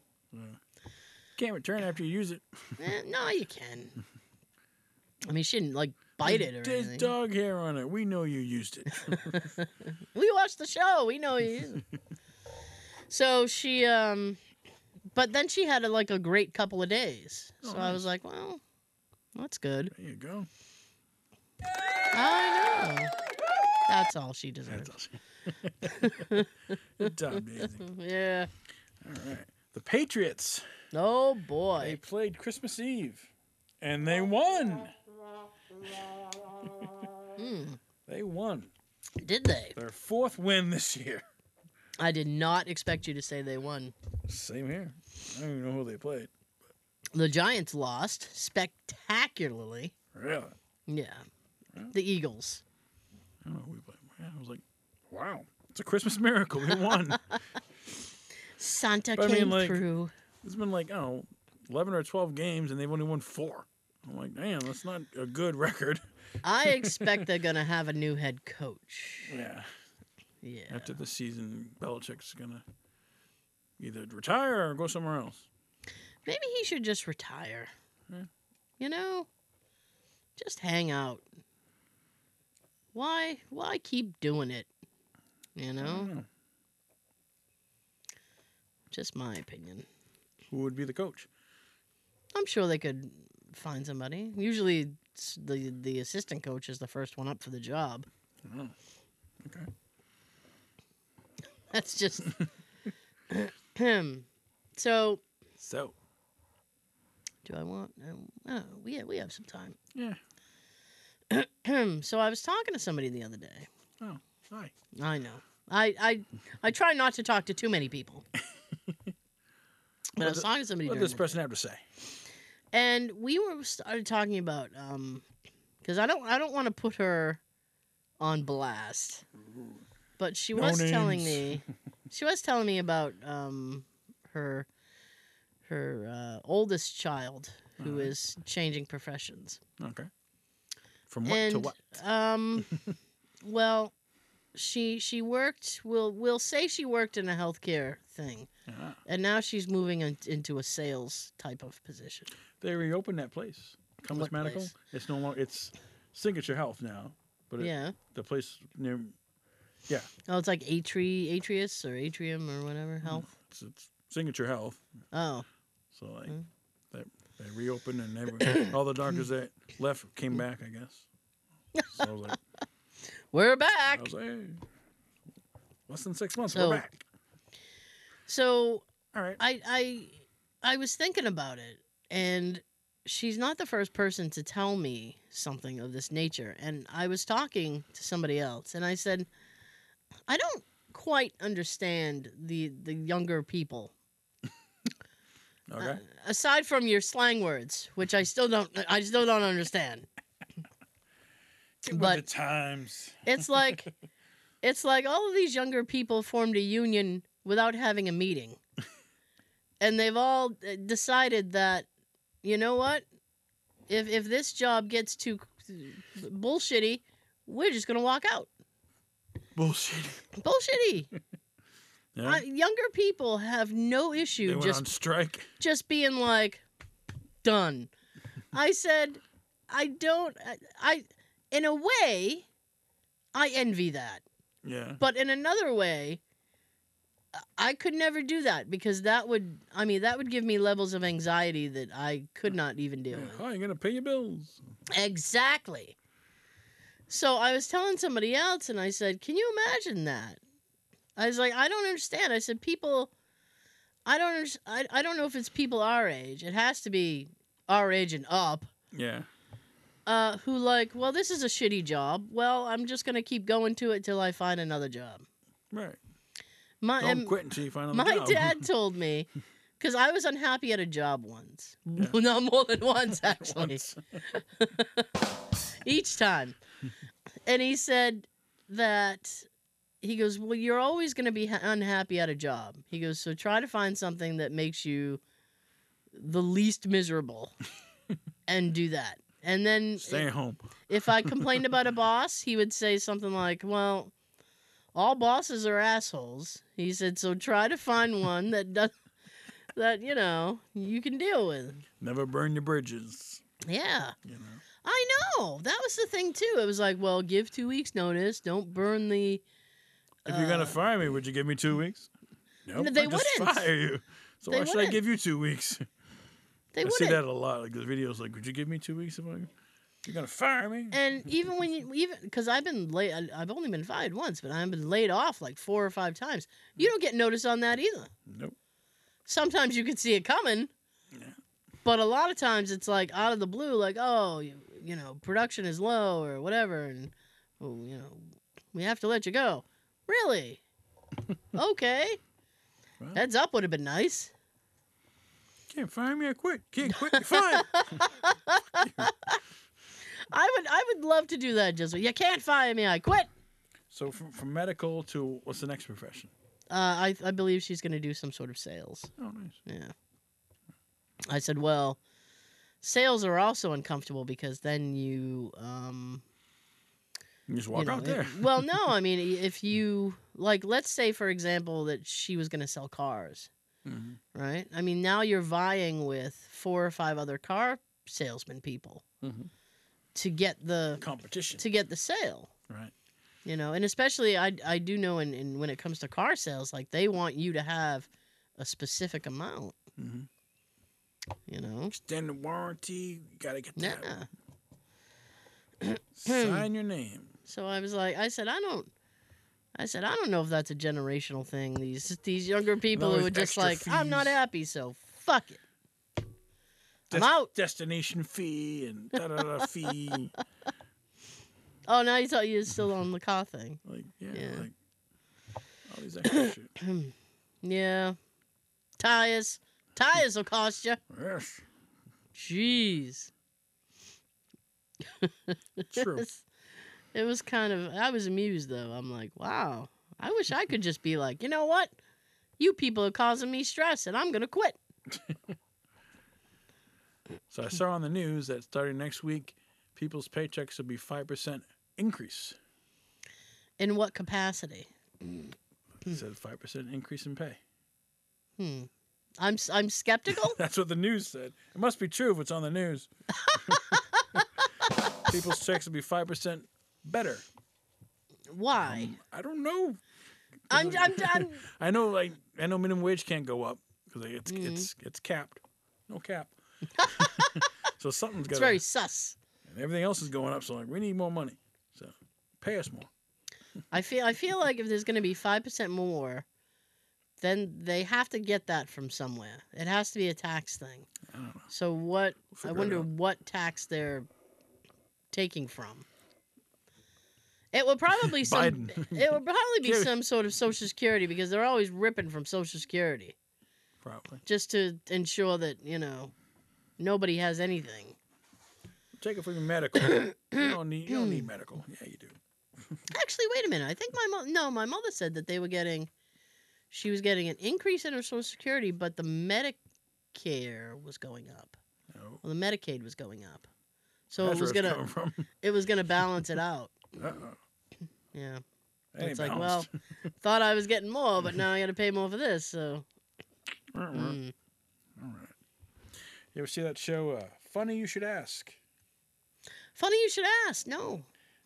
[SPEAKER 2] can't return after you use it.
[SPEAKER 1] Eh, no, you can. I mean, she didn't like bite it or
[SPEAKER 2] There's
[SPEAKER 1] anything.
[SPEAKER 2] dog hair on it. We know you used it.
[SPEAKER 1] we watched the show. We know you. so she, um, but then she had a, like a great couple of days. So
[SPEAKER 2] Oh,
[SPEAKER 1] I
[SPEAKER 2] nice.
[SPEAKER 1] was like, well, that's good.
[SPEAKER 2] there you go.
[SPEAKER 1] I know. That's all she deserves.
[SPEAKER 2] That's awesome. Good job, Daisy.
[SPEAKER 1] yeah.
[SPEAKER 2] All right. The Patriots.
[SPEAKER 1] Oh
[SPEAKER 2] They
[SPEAKER 1] boy.
[SPEAKER 2] played Christmas Eve, and they won.
[SPEAKER 1] Mm,
[SPEAKER 2] They won
[SPEAKER 1] did they?
[SPEAKER 2] their fourth win this year.
[SPEAKER 1] I did not expect you to say they won.
[SPEAKER 2] Same here. I don't even know who they played.
[SPEAKER 1] The Giants lost spectacularly.
[SPEAKER 2] Really?
[SPEAKER 1] Yeah. The Eagles.
[SPEAKER 2] I don't know who we played. I was like, wow, it's a Christmas miracle. We won.
[SPEAKER 1] Santa
[SPEAKER 2] But I
[SPEAKER 1] came
[SPEAKER 2] mean, like-
[SPEAKER 1] through.
[SPEAKER 2] it's been like, oh, 11 or 12 games, and they've only won four. I'm like, damn, that's not a good record.
[SPEAKER 1] I expect they're gonna have a new head coach.
[SPEAKER 2] Yeah.
[SPEAKER 1] Yeah.
[SPEAKER 2] After this season, Belichick's going to either retire or go somewhere else.
[SPEAKER 1] Maybe he should just retire.
[SPEAKER 2] Yeah.
[SPEAKER 1] You know, just hang out. Why? Why keep doing it? You
[SPEAKER 2] I don't
[SPEAKER 1] know,
[SPEAKER 2] know.
[SPEAKER 1] just my opinion.
[SPEAKER 2] Who would be the coach?
[SPEAKER 1] I'm sure they could find somebody. Usually, it's the the assistant coach is the first one up for the job.
[SPEAKER 2] I don't know. Okay.
[SPEAKER 1] That's just. so,
[SPEAKER 2] So,
[SPEAKER 1] do I want? Um, oh, we have, we have some time.
[SPEAKER 2] yeah.
[SPEAKER 1] so I was talking to somebody the other day.
[SPEAKER 2] Hi.
[SPEAKER 1] I know. I I I try not to talk to too many people. but I
[SPEAKER 2] What
[SPEAKER 1] was
[SPEAKER 2] the-
[SPEAKER 1] talking to somebody
[SPEAKER 2] What
[SPEAKER 1] during
[SPEAKER 2] does this
[SPEAKER 1] the-
[SPEAKER 2] person have to say?
[SPEAKER 1] and we were started talking about um because I don't I don't want to put her on blast, but she
[SPEAKER 2] No
[SPEAKER 1] was telling me
[SPEAKER 2] names.
[SPEAKER 1] she was telling me about um her her uh, oldest child who is
[SPEAKER 2] Alright.
[SPEAKER 1] changing professions.
[SPEAKER 2] Okay. From what to
[SPEAKER 1] and
[SPEAKER 2] what?
[SPEAKER 1] um, well, she she worked. We'll we'll say she worked in a healthcare thing,
[SPEAKER 2] Ah,
[SPEAKER 1] and now she's moving in, into a sales type of position.
[SPEAKER 2] they reopened that place. Compass
[SPEAKER 1] What
[SPEAKER 2] Medical.
[SPEAKER 1] place?
[SPEAKER 2] It's no longer. It's Signature Health now, but it,
[SPEAKER 1] yeah.
[SPEAKER 2] the place near
[SPEAKER 1] Oh, it's like Atri Atrius or Atrium or whatever health.
[SPEAKER 2] it's, it's Signature Health.
[SPEAKER 1] Oh,
[SPEAKER 2] So like
[SPEAKER 1] Mm.
[SPEAKER 2] they they reopened and every, all the doctors that left came back. I guess. So I was like,
[SPEAKER 1] we're
[SPEAKER 2] I
[SPEAKER 1] back.
[SPEAKER 2] was like, hey, less than six months,
[SPEAKER 1] So-
[SPEAKER 2] we're back.
[SPEAKER 1] So
[SPEAKER 2] All right.
[SPEAKER 1] I I I was thinking about it, and she's not the first person to tell me something of this nature. And I was talking to somebody else, and I said, I don't quite understand the the younger people.
[SPEAKER 2] Okay.
[SPEAKER 1] Uh, aside from your slang words, which I still don't, I still don't understand.
[SPEAKER 2] Get with
[SPEAKER 1] but-
[SPEAKER 2] the times.
[SPEAKER 1] It's like, it's like all of these younger people formed a union without having a meeting, and they've all uh, decided that, you know what, if if this job gets too bullshitty, we're just gonna walk out.
[SPEAKER 2] Bullshit.
[SPEAKER 1] Bullshitty.
[SPEAKER 2] Yeah.
[SPEAKER 1] I, younger people have no
[SPEAKER 2] they
[SPEAKER 1] issue
[SPEAKER 2] went
[SPEAKER 1] just
[SPEAKER 2] on strike.
[SPEAKER 1] just being like done i said i don't I- i in a way i envy that
[SPEAKER 2] Yeah.
[SPEAKER 1] but in another way i could never do that because that would i mean that would give me levels of anxiety that i could not even deal
[SPEAKER 2] Yeah.
[SPEAKER 1] with
[SPEAKER 2] How you gonna pay your bills?
[SPEAKER 1] Exactly. So I was telling somebody else, and I said, "Can you imagine that?" I was like, "I don't understand." I said, "People, I don't, unders- I, I don't know if it's people our age. It has to be our age and up,
[SPEAKER 2] Yeah.
[SPEAKER 1] uh, who like, well, this is a shitty job. Well, I'm just gonna keep going to it till I find another job."
[SPEAKER 2] Right.
[SPEAKER 1] My
[SPEAKER 2] Don't
[SPEAKER 1] and
[SPEAKER 2] quit until you find another
[SPEAKER 1] my
[SPEAKER 2] job.
[SPEAKER 1] dad told me. Because I was unhappy at a job once.
[SPEAKER 2] Yeah.
[SPEAKER 1] Well, not more than once, actually.
[SPEAKER 2] Once.
[SPEAKER 1] each time. and he said that he goes, "Well, you're always going to be ha- unhappy at a job." He goes, "So try to find something that makes you the least miserable and do that." And then
[SPEAKER 2] Stay home.
[SPEAKER 1] if I complained about a boss, he would say something like, "Well, all bosses are assholes." He said, "So try to find one that does that, you know, you can deal with."
[SPEAKER 2] Never burn your bridges.
[SPEAKER 1] Yeah.
[SPEAKER 2] You know.
[SPEAKER 1] I know. That was the thing too. It was like, well, give two weeks notice. Don't burn the.
[SPEAKER 2] If you're gonna
[SPEAKER 1] Uh,
[SPEAKER 2] fire me, would you give me two weeks? Nope,
[SPEAKER 1] they
[SPEAKER 2] I'll just
[SPEAKER 1] wouldn't.
[SPEAKER 2] fire you. So
[SPEAKER 1] They
[SPEAKER 2] why should I
[SPEAKER 1] wouldn't.
[SPEAKER 2] give you two weeks?
[SPEAKER 1] They
[SPEAKER 2] I
[SPEAKER 1] wouldn't.
[SPEAKER 2] see that a lot. Like the videos, like, would you give me two weeks if I? You're gonna fire me?
[SPEAKER 1] And even when you even because I've been laid, I've only been fired once, but I've been laid off like four or five times. You
[SPEAKER 2] Mm.
[SPEAKER 1] don't get notice on that either.
[SPEAKER 2] nope.
[SPEAKER 1] Sometimes you can see it coming,
[SPEAKER 2] Yeah.
[SPEAKER 1] but a lot of times it's like out of the blue, like oh, you, you know, production is low or whatever, and oh, you know, we have to let you go. Really? okay.
[SPEAKER 2] Well.
[SPEAKER 1] Heads up would have been nice.
[SPEAKER 2] Can't fire me. I quit. Can't quit. You're fine.
[SPEAKER 1] I would I would love to do that, just you can't fire me, I quit.
[SPEAKER 2] so from, from medical to what's the next profession?
[SPEAKER 1] Uh, I I believe she's gonna do some sort of sales.
[SPEAKER 2] Oh, nice.
[SPEAKER 1] Yeah. I said, well, sales are also uncomfortable because then you um
[SPEAKER 2] You just
[SPEAKER 1] you
[SPEAKER 2] walk
[SPEAKER 1] know,
[SPEAKER 2] out
[SPEAKER 1] if-
[SPEAKER 2] there.
[SPEAKER 1] well, no, I mean i- if you like let's say for example that she was gonna sell cars,
[SPEAKER 2] Mhm.
[SPEAKER 1] right? I mean now you're vying with four or five other car salesman people
[SPEAKER 2] Mhm.
[SPEAKER 1] to get the
[SPEAKER 2] Competition.
[SPEAKER 1] to get the sale.
[SPEAKER 2] Right.
[SPEAKER 1] you know and especially i i do know in, in when it comes to car sales like they want you to have a specific amount
[SPEAKER 2] Mhm.
[SPEAKER 1] you know
[SPEAKER 2] Extend the warranty. You gotta get
[SPEAKER 1] yeah
[SPEAKER 2] that.
[SPEAKER 1] Hmm.
[SPEAKER 2] Sign your name.
[SPEAKER 1] so i was like i said i don't i said i don't know if that's a generational thing these these younger people who
[SPEAKER 2] always
[SPEAKER 1] are just
[SPEAKER 2] extra
[SPEAKER 1] like i'm not
[SPEAKER 2] fees."
[SPEAKER 1] happy so fuck it i'm
[SPEAKER 2] Des-
[SPEAKER 1] out
[SPEAKER 2] Destination fee and da da da fee.
[SPEAKER 1] oh now you thought you were still on the car thing
[SPEAKER 2] Like yeah,
[SPEAKER 1] Yeah.
[SPEAKER 2] like all these extra shit.
[SPEAKER 1] yeah tires tires will cost you
[SPEAKER 2] Yes,
[SPEAKER 1] jeez
[SPEAKER 2] true.
[SPEAKER 1] It's- It was kind of. I was amused though. I'm like, wow. I wish I could just be like, you know what? You people are causing me stress, and I'm gonna quit.
[SPEAKER 2] So I saw on the news that starting next week, people's paychecks will be five percent increase.
[SPEAKER 1] In what capacity?
[SPEAKER 2] It said five percent increase in pay.
[SPEAKER 1] Hmm. I'm s- I'm skeptical.
[SPEAKER 2] That's what the news said. It must be true if it's on the news. people's checks will be five percent better.
[SPEAKER 1] Why?
[SPEAKER 2] I don't know.
[SPEAKER 1] I'm I'm, I'm
[SPEAKER 2] I know like I know minimum wage can't go up because it's
[SPEAKER 1] Mhm.
[SPEAKER 2] it's it's capped. No cap. so something's got
[SPEAKER 1] it's
[SPEAKER 2] to
[SPEAKER 1] very sus.
[SPEAKER 2] And everything else is going up, so like we need more money. So pay us more.
[SPEAKER 1] I feel I feel like if there's gonna be five percent more, then they have to get that from somewhere. It has to be a tax thing.
[SPEAKER 2] I don't know.
[SPEAKER 1] So what? I
[SPEAKER 2] We'll figure it
[SPEAKER 1] wonder
[SPEAKER 2] out.
[SPEAKER 1] what tax they're taking from. It would probably some.
[SPEAKER 2] Biden.
[SPEAKER 1] it would probably be
[SPEAKER 2] Can't-
[SPEAKER 1] some sort of Social Security because they're always ripping from Social Security
[SPEAKER 2] Probably.
[SPEAKER 1] just to ensure that you know nobody has anything.
[SPEAKER 2] Take it from your medical. you don't need. You don't need medical. Yeah, you do.
[SPEAKER 1] Actually, wait a minute. I think my mom. No, my mother said that they were getting. She was getting an increase in her Social Security, but the Medicare was going up.
[SPEAKER 2] No.
[SPEAKER 1] Well, the Medicaid was going up, so
[SPEAKER 2] That's
[SPEAKER 1] it was
[SPEAKER 2] where
[SPEAKER 1] gonna
[SPEAKER 2] it's coming from.
[SPEAKER 1] it was gonna balance it out.
[SPEAKER 2] Uh-oh.
[SPEAKER 1] Yeah.
[SPEAKER 2] That ain't
[SPEAKER 1] it's like, well,
[SPEAKER 2] balanced.
[SPEAKER 1] thought I was getting more, but now I got to pay more for this. So,
[SPEAKER 2] Mm.
[SPEAKER 1] mm.
[SPEAKER 2] All right. You ever see that show? Uh, Funny you should ask.
[SPEAKER 1] funny you should ask. No,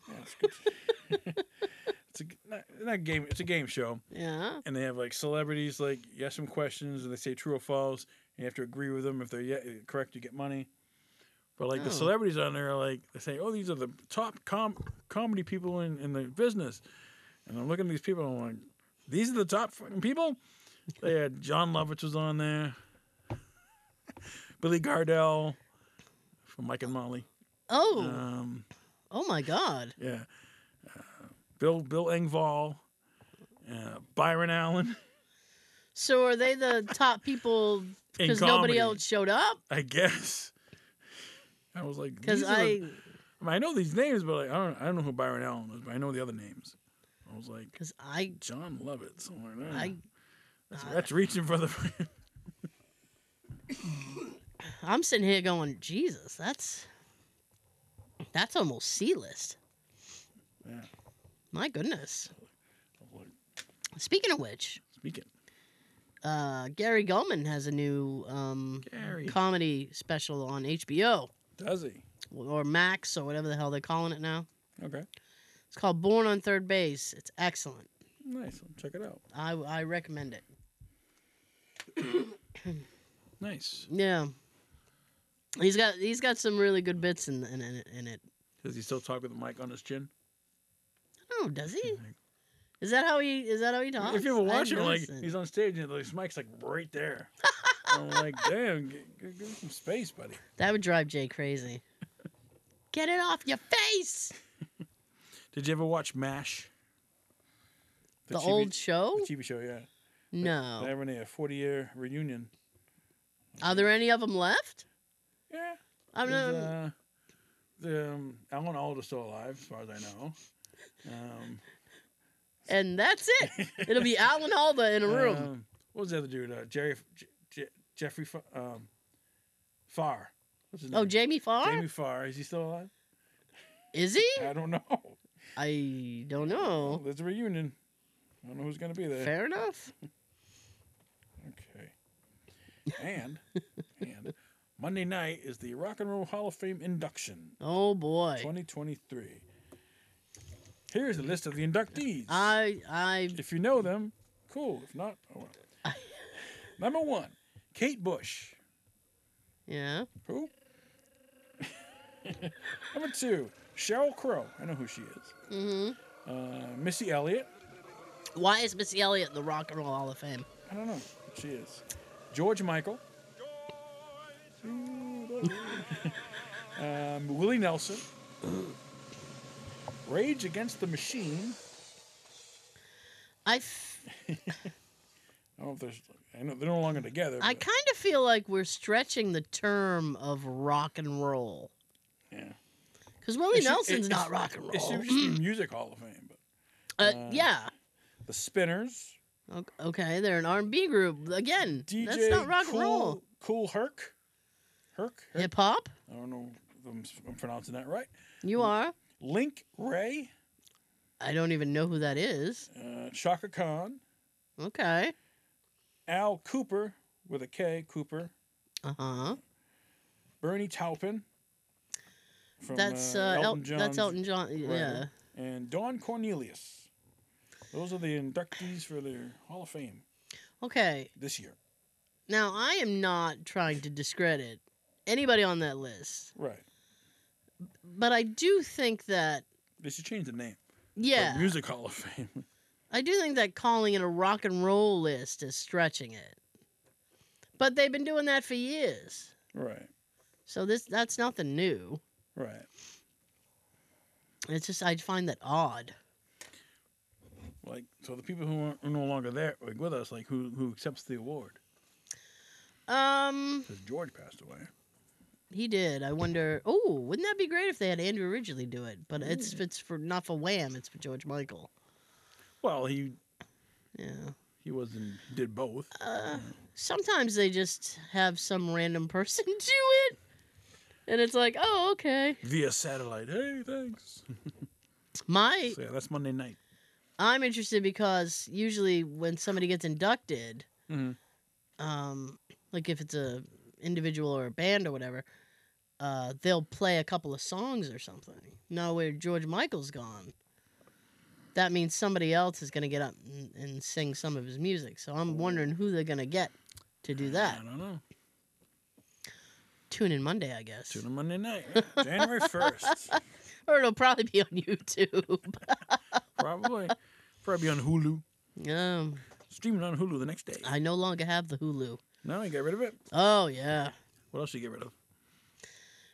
[SPEAKER 2] Yeah, it's good. it's a not, not a game. It's a game show,
[SPEAKER 1] yeah,
[SPEAKER 2] and they have like celebrities like you ask them questions, and they say true or false, and you have to agree with them. If they're ye- correct, you get money. But like
[SPEAKER 1] Oh.
[SPEAKER 2] the celebrities on there, are like they say, oh, these are the top com- comedy people in, in the business, and I'm looking at these people, and I'm like, these are the top fucking people. They had John Lovitz was on there, Billy Gardell from Mike and Molly.
[SPEAKER 1] oh,
[SPEAKER 2] Um,
[SPEAKER 1] oh my God,
[SPEAKER 2] yeah. Uh, Bill Bill Engvall, uh, Byron Allen,
[SPEAKER 1] so are they the top people
[SPEAKER 2] in
[SPEAKER 1] because nobody
[SPEAKER 2] comedy,
[SPEAKER 1] else showed up?
[SPEAKER 2] I guess. I was like,
[SPEAKER 1] Because
[SPEAKER 2] these are the-
[SPEAKER 1] I,
[SPEAKER 2] I, mean, I know these names, but like, I don't, I don't know who Byron Allen is, but I know the other names. I was like,
[SPEAKER 1] because I,
[SPEAKER 2] John Lovett, somewhere. There.
[SPEAKER 1] I,
[SPEAKER 2] that's, that's reaching for the.
[SPEAKER 1] I'm sitting here going, Jesus, that's that's almost C list.
[SPEAKER 2] Yeah.
[SPEAKER 1] My goodness. Speaking of which,
[SPEAKER 2] Speaking,
[SPEAKER 1] uh, Gary Goldman has a new um,
[SPEAKER 2] Gary.
[SPEAKER 1] comedy special on HBO
[SPEAKER 2] does he?
[SPEAKER 1] or Max or whatever the hell they're calling it now.
[SPEAKER 2] Okay,
[SPEAKER 1] It's called Born on Third Base. It's excellent.
[SPEAKER 2] nice. I'll check it out.
[SPEAKER 1] I, I recommend it.
[SPEAKER 2] Nice.
[SPEAKER 1] Yeah. He's got he's got some really good bits in in, in, in it.
[SPEAKER 2] Does he still talk with the mic on his chin?
[SPEAKER 1] Oh, does he? Is that how he is that how he talks?
[SPEAKER 2] Mm-hmm. if you ever
[SPEAKER 1] I
[SPEAKER 2] watch him,
[SPEAKER 1] hadn't
[SPEAKER 2] like
[SPEAKER 1] noticed it.
[SPEAKER 2] he's on stage and his mic's like right there. I'm like, damn, g g- give him some space, buddy.
[SPEAKER 1] that would drive Jay crazy. Get it off your face.
[SPEAKER 2] Did you ever watch MASH?
[SPEAKER 1] The, old
[SPEAKER 2] TV,
[SPEAKER 1] show?
[SPEAKER 2] the TV show, yeah. They
[SPEAKER 1] No.
[SPEAKER 2] having a 40 year reunion.
[SPEAKER 1] Are there any of them left?
[SPEAKER 2] Yeah.
[SPEAKER 1] I'm
[SPEAKER 2] there's,
[SPEAKER 1] not.
[SPEAKER 2] uh, the um, Alan Alda's still alive, as far as I know. Um,
[SPEAKER 1] and that's it. It'll be Alan Alda in a room.
[SPEAKER 2] um, what was the other dude? Uh, Jerry J- J- Jeffrey Fa- um, Farr. What's his
[SPEAKER 1] oh,
[SPEAKER 2] name?
[SPEAKER 1] Jamie Farr?
[SPEAKER 2] Jamie Farr. Is he still alive?
[SPEAKER 1] Is he?
[SPEAKER 2] I don't know.
[SPEAKER 1] I don't
[SPEAKER 2] Well,
[SPEAKER 1] know.
[SPEAKER 2] There's a reunion. I don't know who's gonna be there.
[SPEAKER 1] Oh. Fair enough.
[SPEAKER 2] Okay. And and Monday night is the Rock and Roll Hall of Fame induction.
[SPEAKER 1] Oh boy.
[SPEAKER 2] 2023. Here's a list of the inductees.
[SPEAKER 1] I I
[SPEAKER 2] if you know them, cool. If not, oh well. Number one, Kate Bush.
[SPEAKER 1] yeah.
[SPEAKER 2] Who? Number two, Cheryl Crow. I know who she is.
[SPEAKER 1] hmm
[SPEAKER 2] Uh, Missy Elliott.
[SPEAKER 1] Why is Missy Elliott in the Rock and Roll Hall of Fame?
[SPEAKER 2] I don't know who she is. George Michael. um, Willie Nelson. Rage Against the Machine.
[SPEAKER 1] I f-
[SPEAKER 2] I don't know if there's. I know they're no longer together.
[SPEAKER 1] I
[SPEAKER 2] but-
[SPEAKER 1] kind of feel like we're stretching the term of rock and roll.
[SPEAKER 2] Yeah.
[SPEAKER 1] Because Willie
[SPEAKER 2] It should-
[SPEAKER 1] Nelson's
[SPEAKER 2] it-
[SPEAKER 1] not
[SPEAKER 2] it-
[SPEAKER 1] rock and
[SPEAKER 2] It
[SPEAKER 1] roll.
[SPEAKER 2] should just be Music Hall of Fame, but
[SPEAKER 1] uh,
[SPEAKER 2] uh,
[SPEAKER 1] yeah.
[SPEAKER 2] the Spinners,
[SPEAKER 1] O- Okay, they're an R&B group again.
[SPEAKER 2] DJ
[SPEAKER 1] that's not rock
[SPEAKER 2] cool,
[SPEAKER 1] and roll.
[SPEAKER 2] Cool Herc, Herc. Herc?
[SPEAKER 1] Hip hop.
[SPEAKER 2] I don't know if I'm, s- I'm pronouncing that right.
[SPEAKER 1] You are.
[SPEAKER 2] Link Ray,
[SPEAKER 1] I don't even know who that is.
[SPEAKER 2] uh, Chaka Khan,
[SPEAKER 1] Okay.
[SPEAKER 2] Al Cooper with a K, Cooper,
[SPEAKER 1] Uh huh.
[SPEAKER 2] Bernie Taupin. From,
[SPEAKER 1] That's uh, El- that's
[SPEAKER 2] John's
[SPEAKER 1] Elton John. Yeah.
[SPEAKER 2] writer, And Don Cornelius. Those are the inductees for their Hall of Fame
[SPEAKER 1] Okay.
[SPEAKER 2] this year.
[SPEAKER 1] Now I am not trying to discredit anybody on that list,
[SPEAKER 2] Right.
[SPEAKER 1] but I do think that
[SPEAKER 2] They should change the name. The
[SPEAKER 1] yeah,
[SPEAKER 2] Music Hall of Fame.
[SPEAKER 1] I do think that calling it a rock and roll list is stretching it. But they've been doing that for years.
[SPEAKER 2] right.
[SPEAKER 1] So this that's nothing new.
[SPEAKER 2] Right.
[SPEAKER 1] It's just I find that odd.
[SPEAKER 2] Like, so the people who aren't- are no longer there like, with us, like who who accepts the award?
[SPEAKER 1] Um,
[SPEAKER 2] Because George passed away.
[SPEAKER 1] he did. I wonder. Oh, wouldn't that be great if they had Andrew Ridgely do it? But it's it's for not for Wham. It's for George Michael.
[SPEAKER 2] Well, he
[SPEAKER 1] Yeah.
[SPEAKER 2] he was in, did both.
[SPEAKER 1] Uh, sometimes they just have some random person do it, and it's like, oh, okay.
[SPEAKER 2] Via satellite. Hey, thanks.
[SPEAKER 1] My,
[SPEAKER 2] So, yeah, that's Monday night.
[SPEAKER 1] I'm interested because usually when somebody gets inducted,
[SPEAKER 2] Mhm.
[SPEAKER 1] um, like if it's a individual or a band or whatever, uh, they'll play a couple of songs or something. Now where George Michael's gone, that means somebody else is gonna get up and, and sing some of his music. So I'm wondering who they're gonna get to do that.
[SPEAKER 2] I don't know.
[SPEAKER 1] Tune in Monday, I guess.
[SPEAKER 2] Tune in Monday night. yeah. January 1st.
[SPEAKER 1] or it'll probably be on YouTube.
[SPEAKER 2] Probably. Probably on Hulu.
[SPEAKER 1] um,
[SPEAKER 2] Streaming on Hulu the next day.
[SPEAKER 1] I no longer have the Hulu.
[SPEAKER 2] No, you got rid of it.
[SPEAKER 1] Oh yeah.
[SPEAKER 2] What else you get rid of?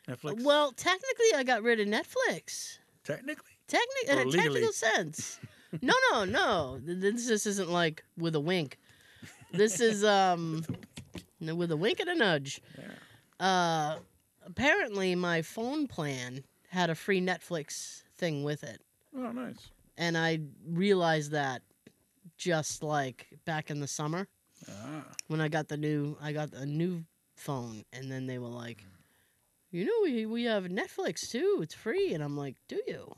[SPEAKER 2] Netflix.
[SPEAKER 1] Well, technically, I got rid of Netflix.
[SPEAKER 2] Technically.
[SPEAKER 1] Technic-
[SPEAKER 2] Or
[SPEAKER 1] in a
[SPEAKER 2] legally.
[SPEAKER 1] uh, technical sense. no, no, no. Th- This just isn't like with a wink. This is um, no, with a wink and a nudge.
[SPEAKER 2] Yeah.
[SPEAKER 1] Uh, apparently, my phone plan had a free Netflix thing with it.
[SPEAKER 2] Oh, nice.
[SPEAKER 1] and I realized that just like back in the summer
[SPEAKER 2] Ah.
[SPEAKER 1] when I got the new I got a new phone and then they were like you know we we have Netflix too it's free and I'm like do you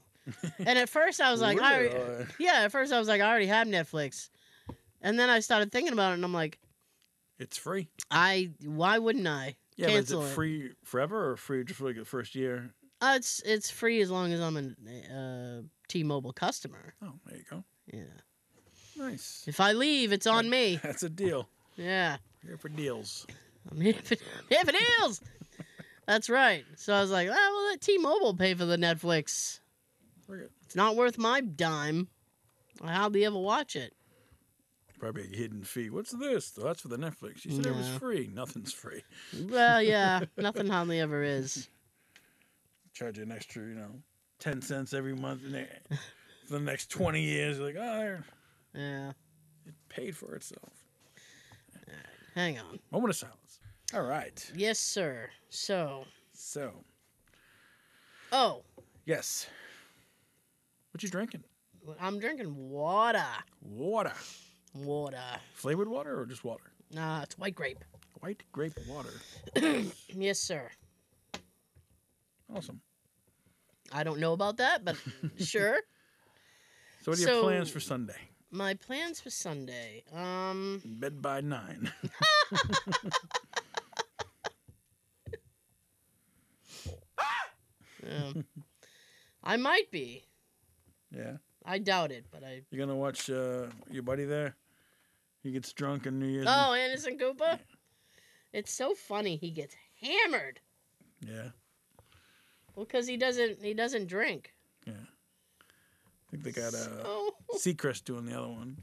[SPEAKER 1] and at first I was like I alre-
[SPEAKER 2] Really? Uh,
[SPEAKER 1] yeah at first I was like I already have Netflix and then I started thinking about it and I'm like
[SPEAKER 2] It's free.
[SPEAKER 1] I why wouldn't I
[SPEAKER 2] Yeah,
[SPEAKER 1] cancel
[SPEAKER 2] but is it
[SPEAKER 1] it.
[SPEAKER 2] free forever or free just for like the first year?
[SPEAKER 1] uh, it's it's free as long as I'm a uh, T-Mobile customer
[SPEAKER 2] Oh, there you go.
[SPEAKER 1] yeah
[SPEAKER 2] Nice.
[SPEAKER 1] if I leave it's on me
[SPEAKER 2] That's a deal.
[SPEAKER 1] yeah
[SPEAKER 2] Here for deals.
[SPEAKER 1] I'm here for, here for deals. That's right. So I was like, ah, well, let T-Mobile pay for the Netflix.
[SPEAKER 2] Look at-
[SPEAKER 1] It's not worth my dime. I hardly ever watch it.
[SPEAKER 2] Probably a hidden fee. What's this? Oh, that's for the Netflix. You said it was
[SPEAKER 1] Yeah.
[SPEAKER 2] free. Nothing's free.
[SPEAKER 1] Well, yeah, nothing hardly ever is.
[SPEAKER 2] Charge you an extra, you know, ten cents every month and they- for the next twenty years. You're like, oh,
[SPEAKER 1] Yeah.
[SPEAKER 2] it paid for itself.
[SPEAKER 1] Hang on.
[SPEAKER 2] Moment of silence. All right.
[SPEAKER 1] Yes, sir. So,
[SPEAKER 2] So,
[SPEAKER 1] oh,
[SPEAKER 2] yes. What you drinking?
[SPEAKER 1] I'm drinking water.
[SPEAKER 2] Water.
[SPEAKER 1] Water.
[SPEAKER 2] Flavored water or just water?
[SPEAKER 1] Nah, it's white grape.
[SPEAKER 2] White grape water.
[SPEAKER 1] Yes, sir.
[SPEAKER 2] Awesome.
[SPEAKER 1] I don't know about that, but sure.
[SPEAKER 2] So, what are your
[SPEAKER 1] So-
[SPEAKER 2] plans for Sunday?
[SPEAKER 1] My plans for Sunday. Um,
[SPEAKER 2] In bed by nine.
[SPEAKER 1] yeah. I might be.
[SPEAKER 2] yeah.
[SPEAKER 1] I doubt it, but I
[SPEAKER 2] You're gonna watch uh, your buddy there. He gets drunk on New Year's. and-
[SPEAKER 1] Oh, Anderson Cooper. It's so funny. He gets hammered.
[SPEAKER 2] Yeah.
[SPEAKER 1] Well, because he doesn't he doesn't drink.
[SPEAKER 2] I think they got uh,
[SPEAKER 1] So-
[SPEAKER 2] Seacrest doing the other one.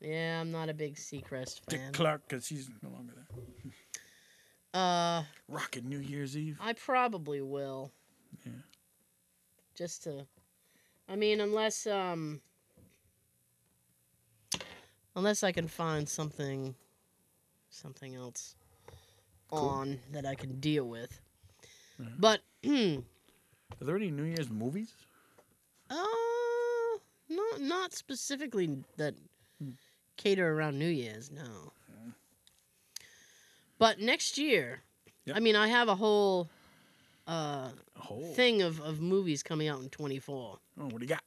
[SPEAKER 1] Yeah, I'm not a big Seacrest
[SPEAKER 2] Dick
[SPEAKER 1] fan.
[SPEAKER 2] Clark, because he's no longer there.
[SPEAKER 1] Uh,
[SPEAKER 2] Rocket New Year's Eve.
[SPEAKER 1] I probably will.
[SPEAKER 2] Yeah.
[SPEAKER 1] Just to, I mean, unless um, unless I can find something, something else on that I can deal with.
[SPEAKER 2] Mhm.
[SPEAKER 1] But hmm,
[SPEAKER 2] Are there any New Year's movies?
[SPEAKER 1] Uh, not not specifically that
[SPEAKER 2] Hmm.
[SPEAKER 1] cater around New Year's. No. But next year,
[SPEAKER 2] Yep.
[SPEAKER 1] I mean, I have a whole uh,
[SPEAKER 2] Oh.
[SPEAKER 1] thing of, of movies coming out in 24.
[SPEAKER 2] oh, what do you got?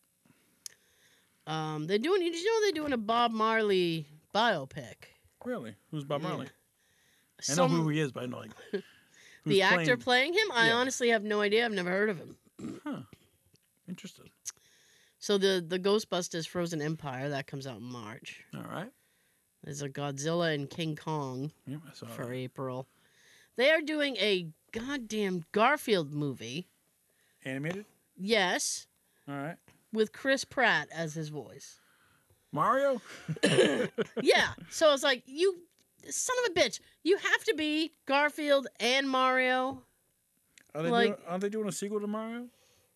[SPEAKER 1] Um, they're doing. Did you know they're doing a Bob Marley biopic?
[SPEAKER 2] Really? Who's Bob
[SPEAKER 1] Yeah.
[SPEAKER 2] Marley? I
[SPEAKER 1] Mm. Some,
[SPEAKER 2] know who he is, but I know like who's
[SPEAKER 1] the actor
[SPEAKER 2] playing-
[SPEAKER 1] playing him. I
[SPEAKER 2] Yeah.
[SPEAKER 1] honestly have no idea. I've never heard of him.
[SPEAKER 2] Interested.
[SPEAKER 1] So the the Ghostbusters Frozen Empire that comes out in March.
[SPEAKER 2] All right.
[SPEAKER 1] There's a Godzilla and King Kong.
[SPEAKER 2] Yeah, I saw. that.
[SPEAKER 1] for April. They are doing a goddamn Garfield movie.
[SPEAKER 2] Animated.
[SPEAKER 1] Yes,
[SPEAKER 2] All right.
[SPEAKER 1] with Chris Pratt as his voice.
[SPEAKER 2] Mario.
[SPEAKER 1] Yeah. so it's like you son of a bitch, you have to be Garfield and Mario.
[SPEAKER 2] Are they
[SPEAKER 1] Like-
[SPEAKER 2] doing, are they doing a sequel to Mario?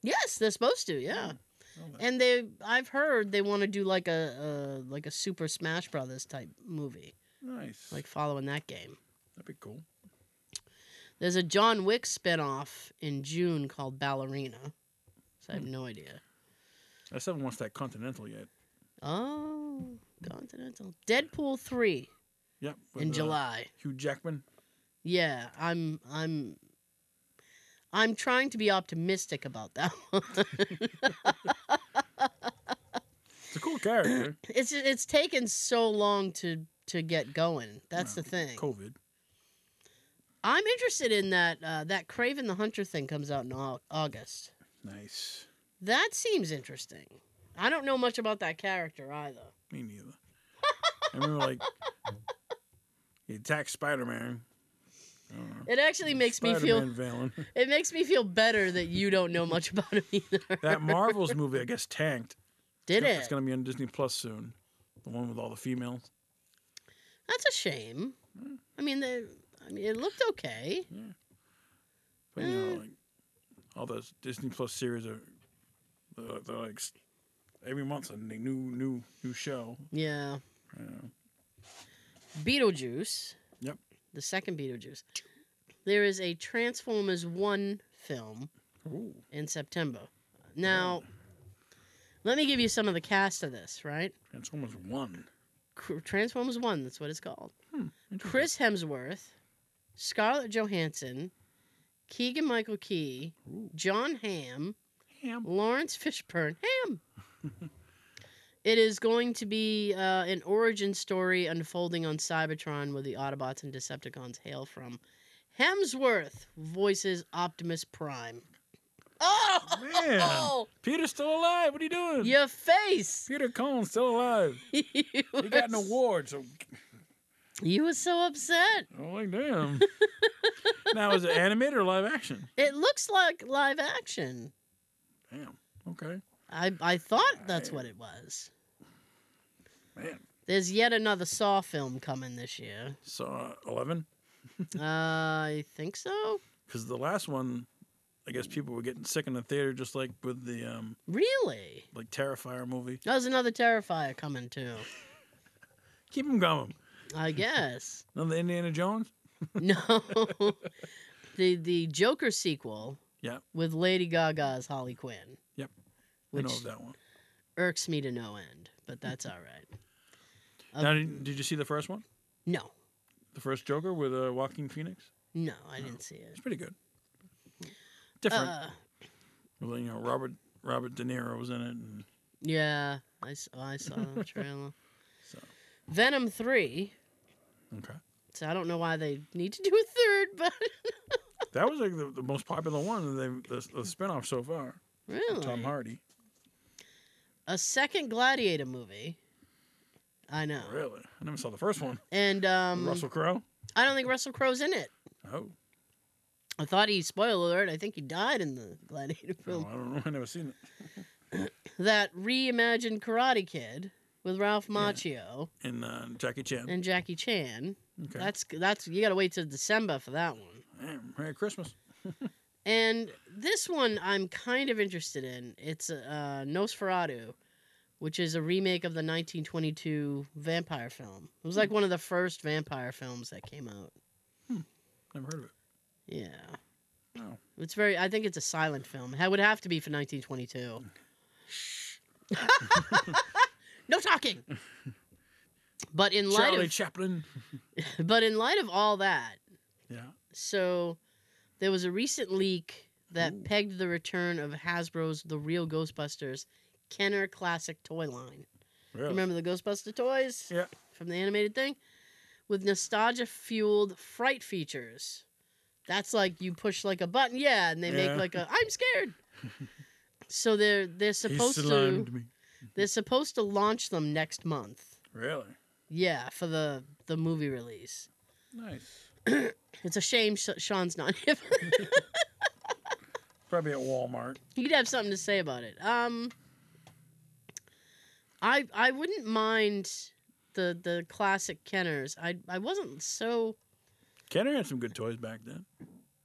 [SPEAKER 1] Yes, they're supposed to. Yeah.
[SPEAKER 2] Oh, that-
[SPEAKER 1] And they, I've heard they want to do like a, a like a Super Smash Brothers type movie,
[SPEAKER 2] nice.
[SPEAKER 1] like following that game.
[SPEAKER 2] That'd be cool.
[SPEAKER 1] There's a John Wick spinoff in June called Ballerina. So I have no idea.
[SPEAKER 2] I still haven't watched that Continental yet.
[SPEAKER 1] Oh, Continental. Deadpool three
[SPEAKER 2] Yep. with,
[SPEAKER 1] in
[SPEAKER 2] uh,
[SPEAKER 1] July.
[SPEAKER 2] Hugh Jackman.
[SPEAKER 1] Yeah, I'm I'm I'm trying to be optimistic about that one.
[SPEAKER 2] It's a cool character.
[SPEAKER 1] it's it's taken so long to to get going. That's
[SPEAKER 2] Well,
[SPEAKER 1] the thing.
[SPEAKER 2] COVID.
[SPEAKER 1] I'm interested in that uh, that Craven the Hunter thing comes out in Au- August.
[SPEAKER 2] Nice.
[SPEAKER 1] That seems interesting. I don't know much about that character either.
[SPEAKER 2] Me neither. I remember like he attacked Spider Man.
[SPEAKER 1] It actually makes me feel
[SPEAKER 2] Villain.
[SPEAKER 1] it makes me feel better that you don't know much about him either.
[SPEAKER 2] That Marvel's movie, I guess, tanked.
[SPEAKER 1] Did
[SPEAKER 2] It's- It's
[SPEAKER 1] it?
[SPEAKER 2] gonna be on Disney Plus soon. The one with all the females.
[SPEAKER 1] That's a shame. I mean, the, I mean, it looked okay.
[SPEAKER 2] But you know,
[SPEAKER 1] Mm.
[SPEAKER 2] like all those Disney Plus series are they're, they're like s- every month's a n- new new new show.
[SPEAKER 1] Yeah.
[SPEAKER 2] You know.
[SPEAKER 1] Beetlejuice.
[SPEAKER 2] Yep.
[SPEAKER 1] The second Beetlejuice. There is a Transformers 1 film
[SPEAKER 2] Ooh.
[SPEAKER 1] in September. Now, let me give you some of the cast of this, right?
[SPEAKER 2] Transformers one.
[SPEAKER 1] Cr- Transformers 1, that's what it's called.
[SPEAKER 2] Interesting.
[SPEAKER 1] Chris Hemsworth, Scarlett Johansson, Keegan Michael Key,
[SPEAKER 2] Ooh.
[SPEAKER 1] John Hamm,
[SPEAKER 2] Ham.
[SPEAKER 1] Lawrence Fishburne. Ham. it is going to be uh, an origin story unfolding on Cybertron where the Autobots and Decepticons hail from. Hemsworth voices Optimus Prime. Oh!
[SPEAKER 2] Man.
[SPEAKER 1] Oh!
[SPEAKER 2] Peter's still alive. What are you doing?
[SPEAKER 1] Your face!
[SPEAKER 2] Peter Cohn's still alive.
[SPEAKER 1] you,
[SPEAKER 2] He got an
[SPEAKER 1] were-
[SPEAKER 2] award, so
[SPEAKER 1] you were so upset.
[SPEAKER 2] I'm like, damn. now is it animated or live action?
[SPEAKER 1] It looks like live action.
[SPEAKER 2] Damn. Okay.
[SPEAKER 1] I, I thought that's what it was.
[SPEAKER 2] Man.
[SPEAKER 1] There's yet another Saw film coming this year.
[SPEAKER 2] Saw eleven.
[SPEAKER 1] Uh, I think so.
[SPEAKER 2] Because the last one, I guess people were getting sick in the theater, just like with the um
[SPEAKER 1] Really?
[SPEAKER 2] like Terrifier movie.
[SPEAKER 1] That was another Terrifier coming too.
[SPEAKER 2] Keep them going.
[SPEAKER 1] I guess.
[SPEAKER 2] Another Indiana Jones.
[SPEAKER 1] No. the the Joker sequel.
[SPEAKER 2] Yep.
[SPEAKER 1] With Lady Gaga as Holly Quinn.
[SPEAKER 2] Yep. I know
[SPEAKER 1] Which
[SPEAKER 2] of that one.
[SPEAKER 1] irks me to no end, but that's all right. Um,
[SPEAKER 2] now, did, did you see the first one?
[SPEAKER 1] No,
[SPEAKER 2] The first Joker with uh, Joaquin Phoenix.
[SPEAKER 1] no, I didn't see it.
[SPEAKER 2] It's pretty good. Oh. Different.
[SPEAKER 1] Uh,
[SPEAKER 2] Well, you know, Robert Robert De Niro was in it, and
[SPEAKER 1] yeah, I, s- I saw the trailer.
[SPEAKER 2] so
[SPEAKER 1] Venom three.
[SPEAKER 2] okay.
[SPEAKER 1] So I don't know why they need to do a third, but
[SPEAKER 2] That was like the, the most popular one that they the, the spinoff so far.
[SPEAKER 1] Mm. really,
[SPEAKER 2] Tom Hardy.
[SPEAKER 1] a second Gladiator movie. I know,
[SPEAKER 2] Really? I never saw the first one.
[SPEAKER 1] and um,
[SPEAKER 2] Russell Crowe.
[SPEAKER 1] I don't think Russell Crowe's in it.
[SPEAKER 2] Oh,
[SPEAKER 1] I thought he, spoiler alert, I think he died in the Gladiator
[SPEAKER 2] no,
[SPEAKER 1] film.
[SPEAKER 2] I don't know. I never seen it.
[SPEAKER 1] That reimagined Karate Kid with Ralph Macchio
[SPEAKER 2] And uh, Jackie Chan.
[SPEAKER 1] and Jackie Chan.
[SPEAKER 2] okay.
[SPEAKER 1] That's that's you got to wait till December for that one.
[SPEAKER 2] Damn, Merry Christmas.
[SPEAKER 1] And this one I'm kind of interested in. It's uh, Nosferatu, which is a remake of the 1922 vampire film. It was like one of the first vampire films that came out.
[SPEAKER 2] Never heard of it.
[SPEAKER 1] Yeah.
[SPEAKER 2] Oh.
[SPEAKER 1] It's very. I think it's a silent film. It would have to be for 1922. no talking. But in light
[SPEAKER 2] Charlie
[SPEAKER 1] of,
[SPEAKER 2] Chaplin.
[SPEAKER 1] but in light of all that,
[SPEAKER 2] Yeah.
[SPEAKER 1] so there was a recent leak that
[SPEAKER 2] Ooh.
[SPEAKER 1] pegged the return of Hasbro's The Real Ghostbusters Kenner Classic toy line.
[SPEAKER 2] Really?
[SPEAKER 1] Remember the Ghostbuster toys
[SPEAKER 2] Yeah.
[SPEAKER 1] from the animated thing? With nostalgia fueled fright features. That's like you push like a button, yeah, and they
[SPEAKER 2] Yeah.
[SPEAKER 1] make like a I'm scared. so they're they're supposed
[SPEAKER 2] he
[SPEAKER 1] to
[SPEAKER 2] slimed me.
[SPEAKER 1] they're supposed to launch them next month.
[SPEAKER 2] Really?
[SPEAKER 1] Yeah, for the the movie release.
[SPEAKER 2] Nice.
[SPEAKER 1] It's a shame Sh- Sean's not here.
[SPEAKER 2] Probably at Walmart.
[SPEAKER 1] He'd have something to say about it. Um, I I wouldn't mind the the classic Kenners. I I wasn't so
[SPEAKER 2] Kenner had some good toys back then.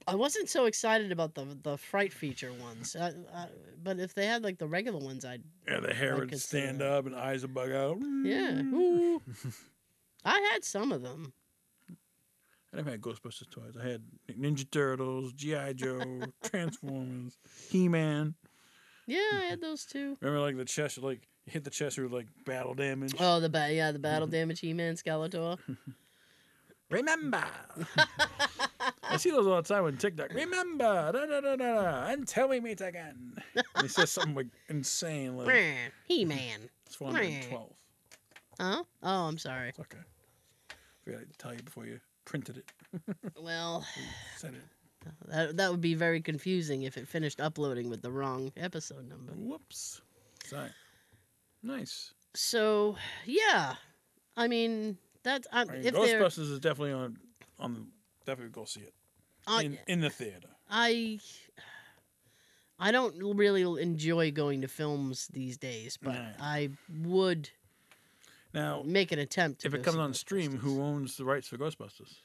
[SPEAKER 1] I wasn't so excited about the the fright feature ones, I, I, but if they had like the regular ones, I'd
[SPEAKER 2] Yeah, the hair
[SPEAKER 1] I
[SPEAKER 2] would
[SPEAKER 1] could see
[SPEAKER 2] stand
[SPEAKER 1] that.
[SPEAKER 2] up and eyes would bug out. Mm.
[SPEAKER 1] yeah. Ooh. I had some of them.
[SPEAKER 2] I never had Ghostbusters toys. I had Ninja Turtles, G.I. Joe, Transformers, He Man.
[SPEAKER 1] Yeah, I had those too.
[SPEAKER 2] Remember, like, the chest, like, you hit the chest with, like, battle damage?
[SPEAKER 1] Oh, the ba- yeah, the battle damage He-Man Skeletor.
[SPEAKER 2] Remember! I see those all the time on TikTok. Remember! Da, da, da, da, da, until we meet again. And he says something like insane, like,
[SPEAKER 1] Meh, He-Man.
[SPEAKER 2] it's 412.
[SPEAKER 1] Huh? Oh, I'm sorry.
[SPEAKER 2] It's okay. forgot to tell you before you printed it,
[SPEAKER 1] Well,
[SPEAKER 2] sent it.
[SPEAKER 1] that that would be very confusing if it finished uploading with the wrong episode number.
[SPEAKER 2] Whoops. Sorry. Nice.
[SPEAKER 1] So, yeah. I mean, that's I,
[SPEAKER 2] I mean,
[SPEAKER 1] if they're
[SPEAKER 2] Ghostbusters is definitely on on the- definitely go see it
[SPEAKER 1] I,
[SPEAKER 2] in, in the theater.
[SPEAKER 1] I I don't really enjoy going to films these days, but
[SPEAKER 2] Nah.
[SPEAKER 1] I would
[SPEAKER 2] Now,
[SPEAKER 1] make an attempt to
[SPEAKER 2] if
[SPEAKER 1] go
[SPEAKER 2] it comes
[SPEAKER 1] see
[SPEAKER 2] on stream,
[SPEAKER 1] Ghostbusters.
[SPEAKER 2] who owns the rights for Ghostbusters?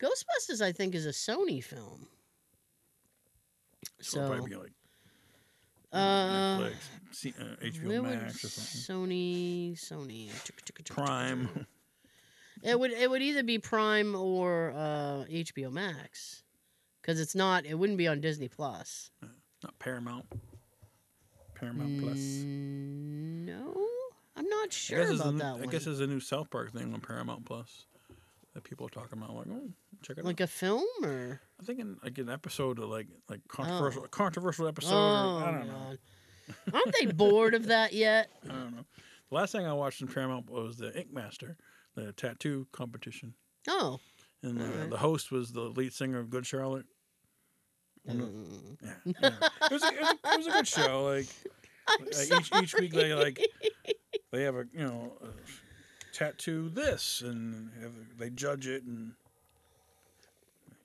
[SPEAKER 1] Ghostbusters, I think, is a Sony film.
[SPEAKER 2] So,
[SPEAKER 1] So,
[SPEAKER 2] it'll probably be like
[SPEAKER 1] uh,
[SPEAKER 2] Netflix, C- uh, HBO
[SPEAKER 1] where would
[SPEAKER 2] Max or something.
[SPEAKER 1] Sony, Sony,
[SPEAKER 2] Prime.
[SPEAKER 1] It would it would either be Prime or uh, HBO Max, because it's not. It wouldn't be on Disney Plus.
[SPEAKER 2] Not Paramount. Paramount Plus.
[SPEAKER 1] Mm, No, I'm not
[SPEAKER 2] I
[SPEAKER 1] Hmm, sure
[SPEAKER 2] guess,
[SPEAKER 1] about
[SPEAKER 2] there's a,
[SPEAKER 1] that
[SPEAKER 2] new- I
[SPEAKER 1] one.
[SPEAKER 2] guess there's a new South Park thing on Paramount Plus that people are talking about. Like, oh, check it out.
[SPEAKER 1] like a film or
[SPEAKER 2] I think in, like an episode of like like controversial a controversial episode.
[SPEAKER 1] oh,
[SPEAKER 2] or, I don't know.
[SPEAKER 1] God. aren't they bored of that yet?
[SPEAKER 2] I don't know. The last thing I watched in Paramount was the Ink Master, the tattoo competition,
[SPEAKER 1] Oh,
[SPEAKER 2] and uh,
[SPEAKER 1] Alright.
[SPEAKER 2] the host was the lead singer of Good Charlotte. One of-
[SPEAKER 1] Mm.
[SPEAKER 2] Yeah, yeah. It, was a, it, was a, it was a good show. Like,
[SPEAKER 1] I'm
[SPEAKER 2] like each, each week they like
[SPEAKER 1] sorry.
[SPEAKER 2] they have a you know a tattoo this and have, they judge it and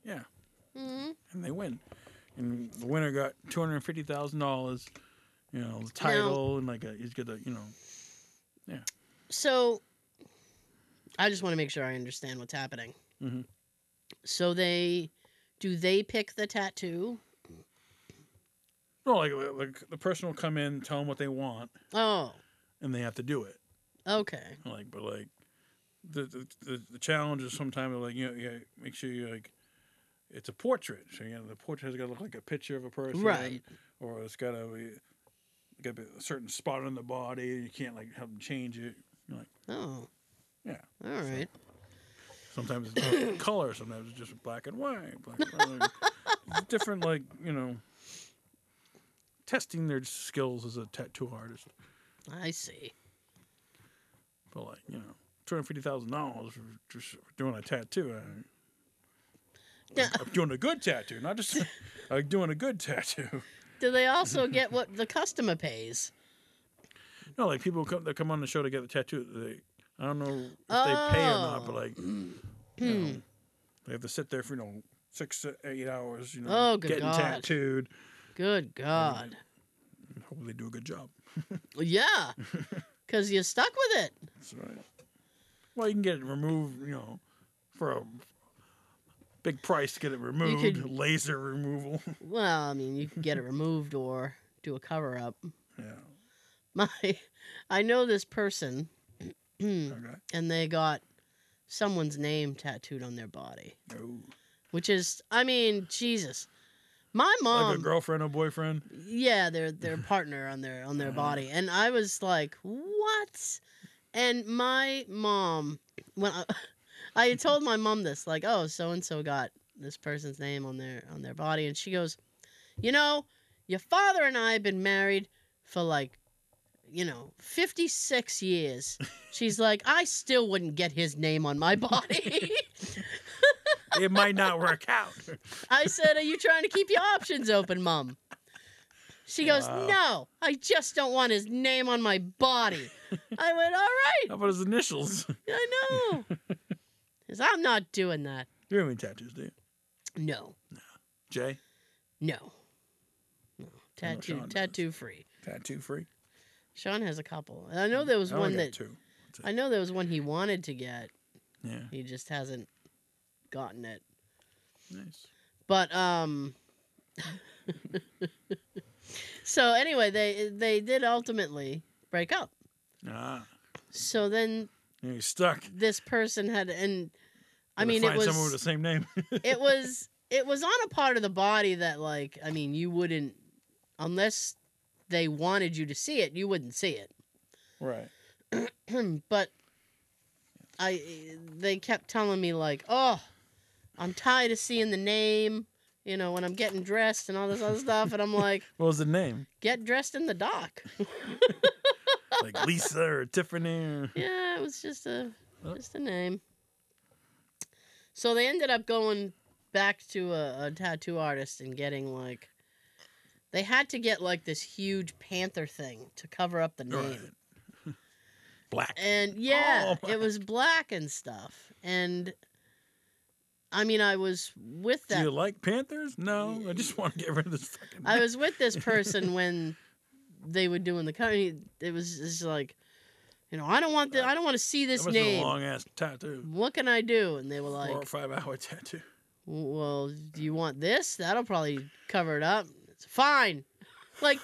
[SPEAKER 2] yeah
[SPEAKER 1] Mhm.
[SPEAKER 2] and they win and the winner got two hundred fifty thousand dollars. You know the title and like a, he's got the you know
[SPEAKER 1] So, I just want to make sure I understand what's happening.
[SPEAKER 2] Mhm.
[SPEAKER 1] So they do they pick the tattoo?
[SPEAKER 2] no like like the person will come in tell them what they want
[SPEAKER 1] Oh,
[SPEAKER 2] and they have to do it.
[SPEAKER 1] okay.
[SPEAKER 2] like but like the the, the, the challenge is sometimes like you know you gotta make sure you like it's a portrait so you know the portrait has got to look like a picture of a person
[SPEAKER 1] Right.
[SPEAKER 2] or it's got to be got to be a certain spot on the body you can't like have them change it
[SPEAKER 1] Oh.
[SPEAKER 2] Yeah,
[SPEAKER 1] All right.
[SPEAKER 2] sometimes it's just color sometimes it's just black and white black and white. It's different like you know testing their skills as a tattoo artist
[SPEAKER 1] I see.
[SPEAKER 2] but like you know $250,000 for just doing a tattoo I,
[SPEAKER 1] Now,
[SPEAKER 2] I'm doing a good tattoo, not just I'm doing a good tattoo.
[SPEAKER 1] do they also get what the customer pays?
[SPEAKER 2] No, like people come that come on the show to get the tattoo. They, I don't know if they pay or not, but
[SPEAKER 1] Oh.
[SPEAKER 2] like you
[SPEAKER 1] Hmm.
[SPEAKER 2] know, they have to sit there for you know six to eight hours. You know,
[SPEAKER 1] Oh, good
[SPEAKER 2] getting
[SPEAKER 1] God.
[SPEAKER 2] tattooed.
[SPEAKER 1] Good God.
[SPEAKER 2] Hopefully they do a good job.
[SPEAKER 1] Yeah. Because you're stuck with it.
[SPEAKER 2] That's right. Well, you can get it removed. You know, for a big price to get it removed.
[SPEAKER 1] could-
[SPEAKER 2] Laser removal.
[SPEAKER 1] Well, I mean, you can get it removed or do a cover up.
[SPEAKER 2] yeah.
[SPEAKER 1] My, I know this person, and
[SPEAKER 2] Okay.
[SPEAKER 1] they got someone's name tattooed on their body,
[SPEAKER 2] Ooh.
[SPEAKER 1] which is, I mean, Jesus. My
[SPEAKER 2] Like a
[SPEAKER 1] mom,
[SPEAKER 2] girlfriend or boyfriend.
[SPEAKER 1] yeah, their their partner on their on their
[SPEAKER 2] Uh-huh.
[SPEAKER 1] body, and I was like, what? And my mom, when I, I had told my mom this, like, oh, so and so got this person's name on their on their body, and she goes, you know, your father and I have been married for like, you know, fifty six years. She's like, I still wouldn't get his name on my body.
[SPEAKER 2] it might not work out.
[SPEAKER 1] I said, Are you trying to keep your options open, Mom? She goes,
[SPEAKER 2] Wow.
[SPEAKER 1] No, I just don't want his name on my body. I went, All
[SPEAKER 2] How
[SPEAKER 1] right,
[SPEAKER 2] about his initials?
[SPEAKER 1] I know. Because I'm not doing that.
[SPEAKER 2] You don't have any tattoos, do you?
[SPEAKER 1] No,
[SPEAKER 2] Jay?
[SPEAKER 1] no. No.
[SPEAKER 2] I know
[SPEAKER 1] Tattoo,
[SPEAKER 2] Sean does.
[SPEAKER 1] tattoo free.
[SPEAKER 2] Tattoo free?
[SPEAKER 1] Sean has a couple. And I know there was
[SPEAKER 2] Oh, I only
[SPEAKER 1] one
[SPEAKER 2] got
[SPEAKER 1] that
[SPEAKER 2] two. two.
[SPEAKER 1] I know there was one he wanted to get.
[SPEAKER 2] Yeah,
[SPEAKER 1] He just hasn't gotten it.
[SPEAKER 2] nice.
[SPEAKER 1] But um So anyway, they they did ultimately break up.
[SPEAKER 2] Ah,
[SPEAKER 1] So then
[SPEAKER 2] you're stuck.
[SPEAKER 1] this person had and I
[SPEAKER 2] Gotta
[SPEAKER 1] mean
[SPEAKER 2] find
[SPEAKER 1] it was
[SPEAKER 2] someone with the same name.
[SPEAKER 1] it was it was on a part of the body that like I mean you wouldn't unless they wanted you to see it, you wouldn't see it.
[SPEAKER 2] right.
[SPEAKER 1] but I they kept telling me like, "Oh, I'm tired of seeing the name, you know, when I'm getting dressed and all this other stuff." And I'm like,
[SPEAKER 2] What was the name?
[SPEAKER 1] "Get dressed in the dock."
[SPEAKER 2] Like Lisa or Tiffany or.
[SPEAKER 1] yeah, it was just a
[SPEAKER 2] Oh.
[SPEAKER 1] just a name. So they ended up going back to a, a tattoo artist and getting like they had to get like this huge panther thing to cover up the name.
[SPEAKER 2] Right. Black.
[SPEAKER 1] and yeah,
[SPEAKER 2] Oh, my-
[SPEAKER 1] it was black and stuff. And I mean, I was with
[SPEAKER 2] Do you
[SPEAKER 1] that.
[SPEAKER 2] like Panthers? No, I just want to get rid of this fucking.
[SPEAKER 1] I was with this person when they were doing the company. It was just like, you know, I don't want the, I don't want to see
[SPEAKER 2] That
[SPEAKER 1] this
[SPEAKER 2] must've been a
[SPEAKER 1] name.
[SPEAKER 2] long ass tattoo.
[SPEAKER 1] What can I do? And they were like,
[SPEAKER 2] Four or five hour tattoo.
[SPEAKER 1] well, do you want this? That'll probably cover it up. It's fine. Like.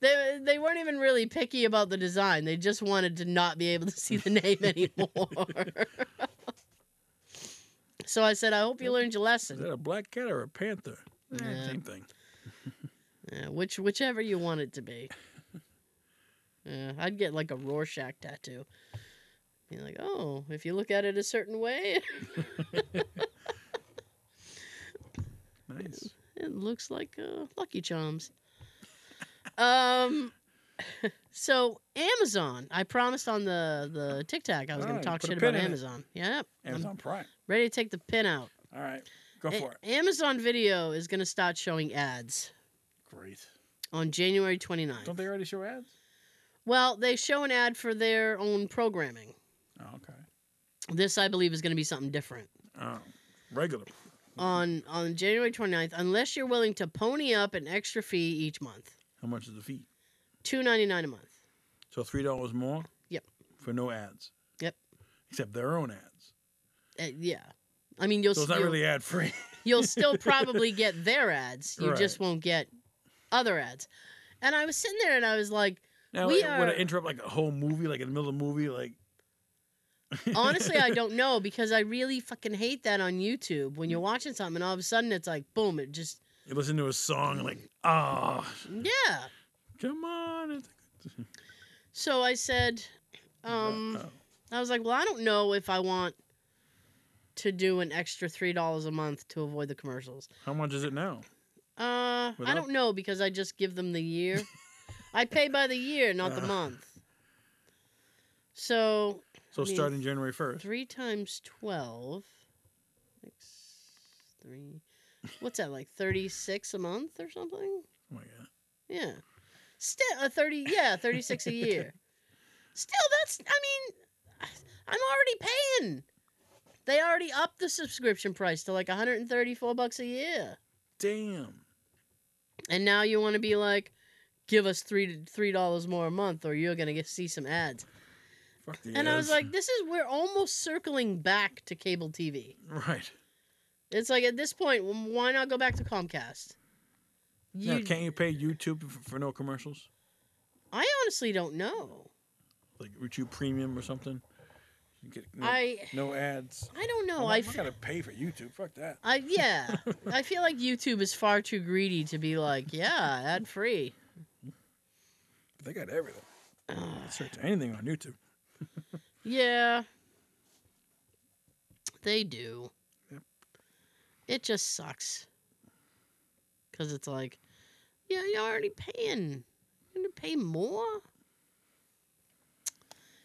[SPEAKER 1] They, they weren't even really picky about the design. They just wanted to not be able to see the name anymore. so I said, I hope you learned your
[SPEAKER 2] Is
[SPEAKER 1] lesson.
[SPEAKER 2] that a black cat or a panther? Eh,
[SPEAKER 1] Yeah.
[SPEAKER 2] Same thing.
[SPEAKER 1] Yeah, which whichever you want it to be. Yeah, I'd get like a Rorschach tattoo. Be like, oh, if you look at it a certain way,
[SPEAKER 2] Nice.
[SPEAKER 1] it looks like uh, Lucky Charms. Um, so Amazon, I promised on the the Tic Tac I was going
[SPEAKER 2] Alright,
[SPEAKER 1] to talk
[SPEAKER 2] Oh, put a
[SPEAKER 1] shit
[SPEAKER 2] pin
[SPEAKER 1] about
[SPEAKER 2] in it.
[SPEAKER 1] Amazon. Yep, I'm
[SPEAKER 2] Amazon Prime.
[SPEAKER 1] ready to take the pin out.
[SPEAKER 2] All right, go
[SPEAKER 1] A-
[SPEAKER 2] for it.
[SPEAKER 1] Amazon Video is going to start showing ads
[SPEAKER 2] Great.
[SPEAKER 1] on January 29th.
[SPEAKER 2] Don't they already show ads?
[SPEAKER 1] Well, they show an ad for their own programming.
[SPEAKER 2] Oh, okay.
[SPEAKER 1] This, I believe, is going to be something different.
[SPEAKER 2] Oh, regular.
[SPEAKER 1] on on January 29th unless you're willing to pony up an extra fee each month.
[SPEAKER 2] How much is the fee?
[SPEAKER 1] 2.99 a month.
[SPEAKER 2] So three dollars more.
[SPEAKER 1] Yep.
[SPEAKER 2] For no ads.
[SPEAKER 1] Yep.
[SPEAKER 2] Except their own ads.
[SPEAKER 1] Uh, yeah. I mean you'll
[SPEAKER 2] So it's
[SPEAKER 1] still,
[SPEAKER 2] not really ad free.
[SPEAKER 1] you'll still probably get their ads. You just won't get other ads. And I was sitting there and I was like,
[SPEAKER 2] Now
[SPEAKER 1] We
[SPEAKER 2] it- would
[SPEAKER 1] are-
[SPEAKER 2] it interrupt like a whole movie, like in the middle of the movie, like?
[SPEAKER 1] honestly, I don't know because I really fucking hate that on YouTube when you're watching something and all of a sudden it's like boom, it just
[SPEAKER 2] You listen to a song like, ah,
[SPEAKER 1] yeah.
[SPEAKER 2] come on. it's-
[SPEAKER 1] So I said um
[SPEAKER 2] Oh.
[SPEAKER 1] I was like, well, I don't know if I want to do an extra $3 a month to avoid the commercials.
[SPEAKER 2] how much is it now?
[SPEAKER 1] Uh, I
[SPEAKER 2] Without-
[SPEAKER 1] don't know because I just give them the year. I pay by the year, not the
[SPEAKER 2] Uh.
[SPEAKER 1] month. So
[SPEAKER 2] So
[SPEAKER 1] I mean,
[SPEAKER 2] starting January first.
[SPEAKER 1] three times twelve, six, three. What's that like? Thirty six a month or something?
[SPEAKER 2] Oh my god.
[SPEAKER 1] Yeah, still a thirty. Yeah, thirty six a year. Still, that's. I mean, I- I'm already paying. They already upped the subscription price to like 134 bucks a year.
[SPEAKER 2] Damn.
[SPEAKER 1] and now you want to be like give us three three dollars more a month or you're gonna get see some ads
[SPEAKER 2] Fuck the
[SPEAKER 1] and i was
[SPEAKER 2] ads.
[SPEAKER 1] like this is we're almost circling back to cable tv
[SPEAKER 2] right.
[SPEAKER 1] it's like at this point w- why not go back to comcast you,
[SPEAKER 2] Now, can't you pay YouTube for, for no commercials?
[SPEAKER 1] i honestly don't know
[SPEAKER 2] Like YouTube Premium or something? You get no,
[SPEAKER 1] i
[SPEAKER 2] no ads.
[SPEAKER 1] i don't know i
[SPEAKER 2] I'm not- I'm
[SPEAKER 1] f-
[SPEAKER 2] not gonna pay for YouTube. Fuck that.
[SPEAKER 1] I yeah i feel like youtube is far too greedy to be like yeah ad free
[SPEAKER 2] But they got everything. You can search anything on YouTube.
[SPEAKER 1] Yeah. They do.
[SPEAKER 2] Yep.
[SPEAKER 1] It just sucks. Cause it's like, yeah, you're already paying. You're gonna pay more.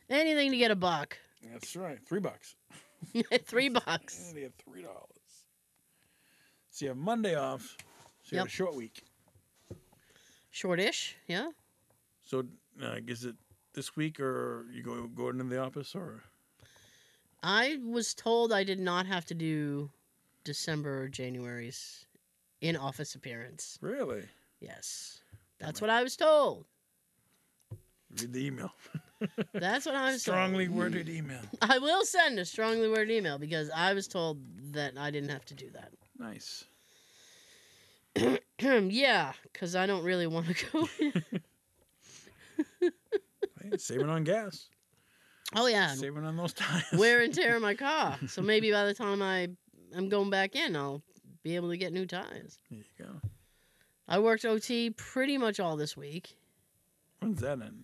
[SPEAKER 1] Anything to get a buck.
[SPEAKER 2] That's right. Three bucks.
[SPEAKER 1] Three bucks.
[SPEAKER 2] And they have three dollars. So you have Monday off. So you have
[SPEAKER 1] Yep.
[SPEAKER 2] a short week.
[SPEAKER 1] Shortish, yeah.
[SPEAKER 2] So uh, is it this week or you go go into the office or
[SPEAKER 1] I was told I did not have to do December or January's in office appearance.
[SPEAKER 2] really
[SPEAKER 1] Yes. That's what I was told.
[SPEAKER 2] read the email?
[SPEAKER 1] That's what I was told.
[SPEAKER 2] Strongly worded email.
[SPEAKER 1] I will send a strongly worded email because I was told that I didn't have to do that.
[SPEAKER 2] Nice.
[SPEAKER 1] yeah, because I don't really want to go. in.
[SPEAKER 2] Hey, saving on gas,
[SPEAKER 1] oh yeah,
[SPEAKER 2] saving on those tires.
[SPEAKER 1] wear and tear in my car. So maybe by the time I am going back in, I'll be able to get new tires.
[SPEAKER 2] There you go.
[SPEAKER 1] I worked OT pretty much all this week.
[SPEAKER 2] When's that end?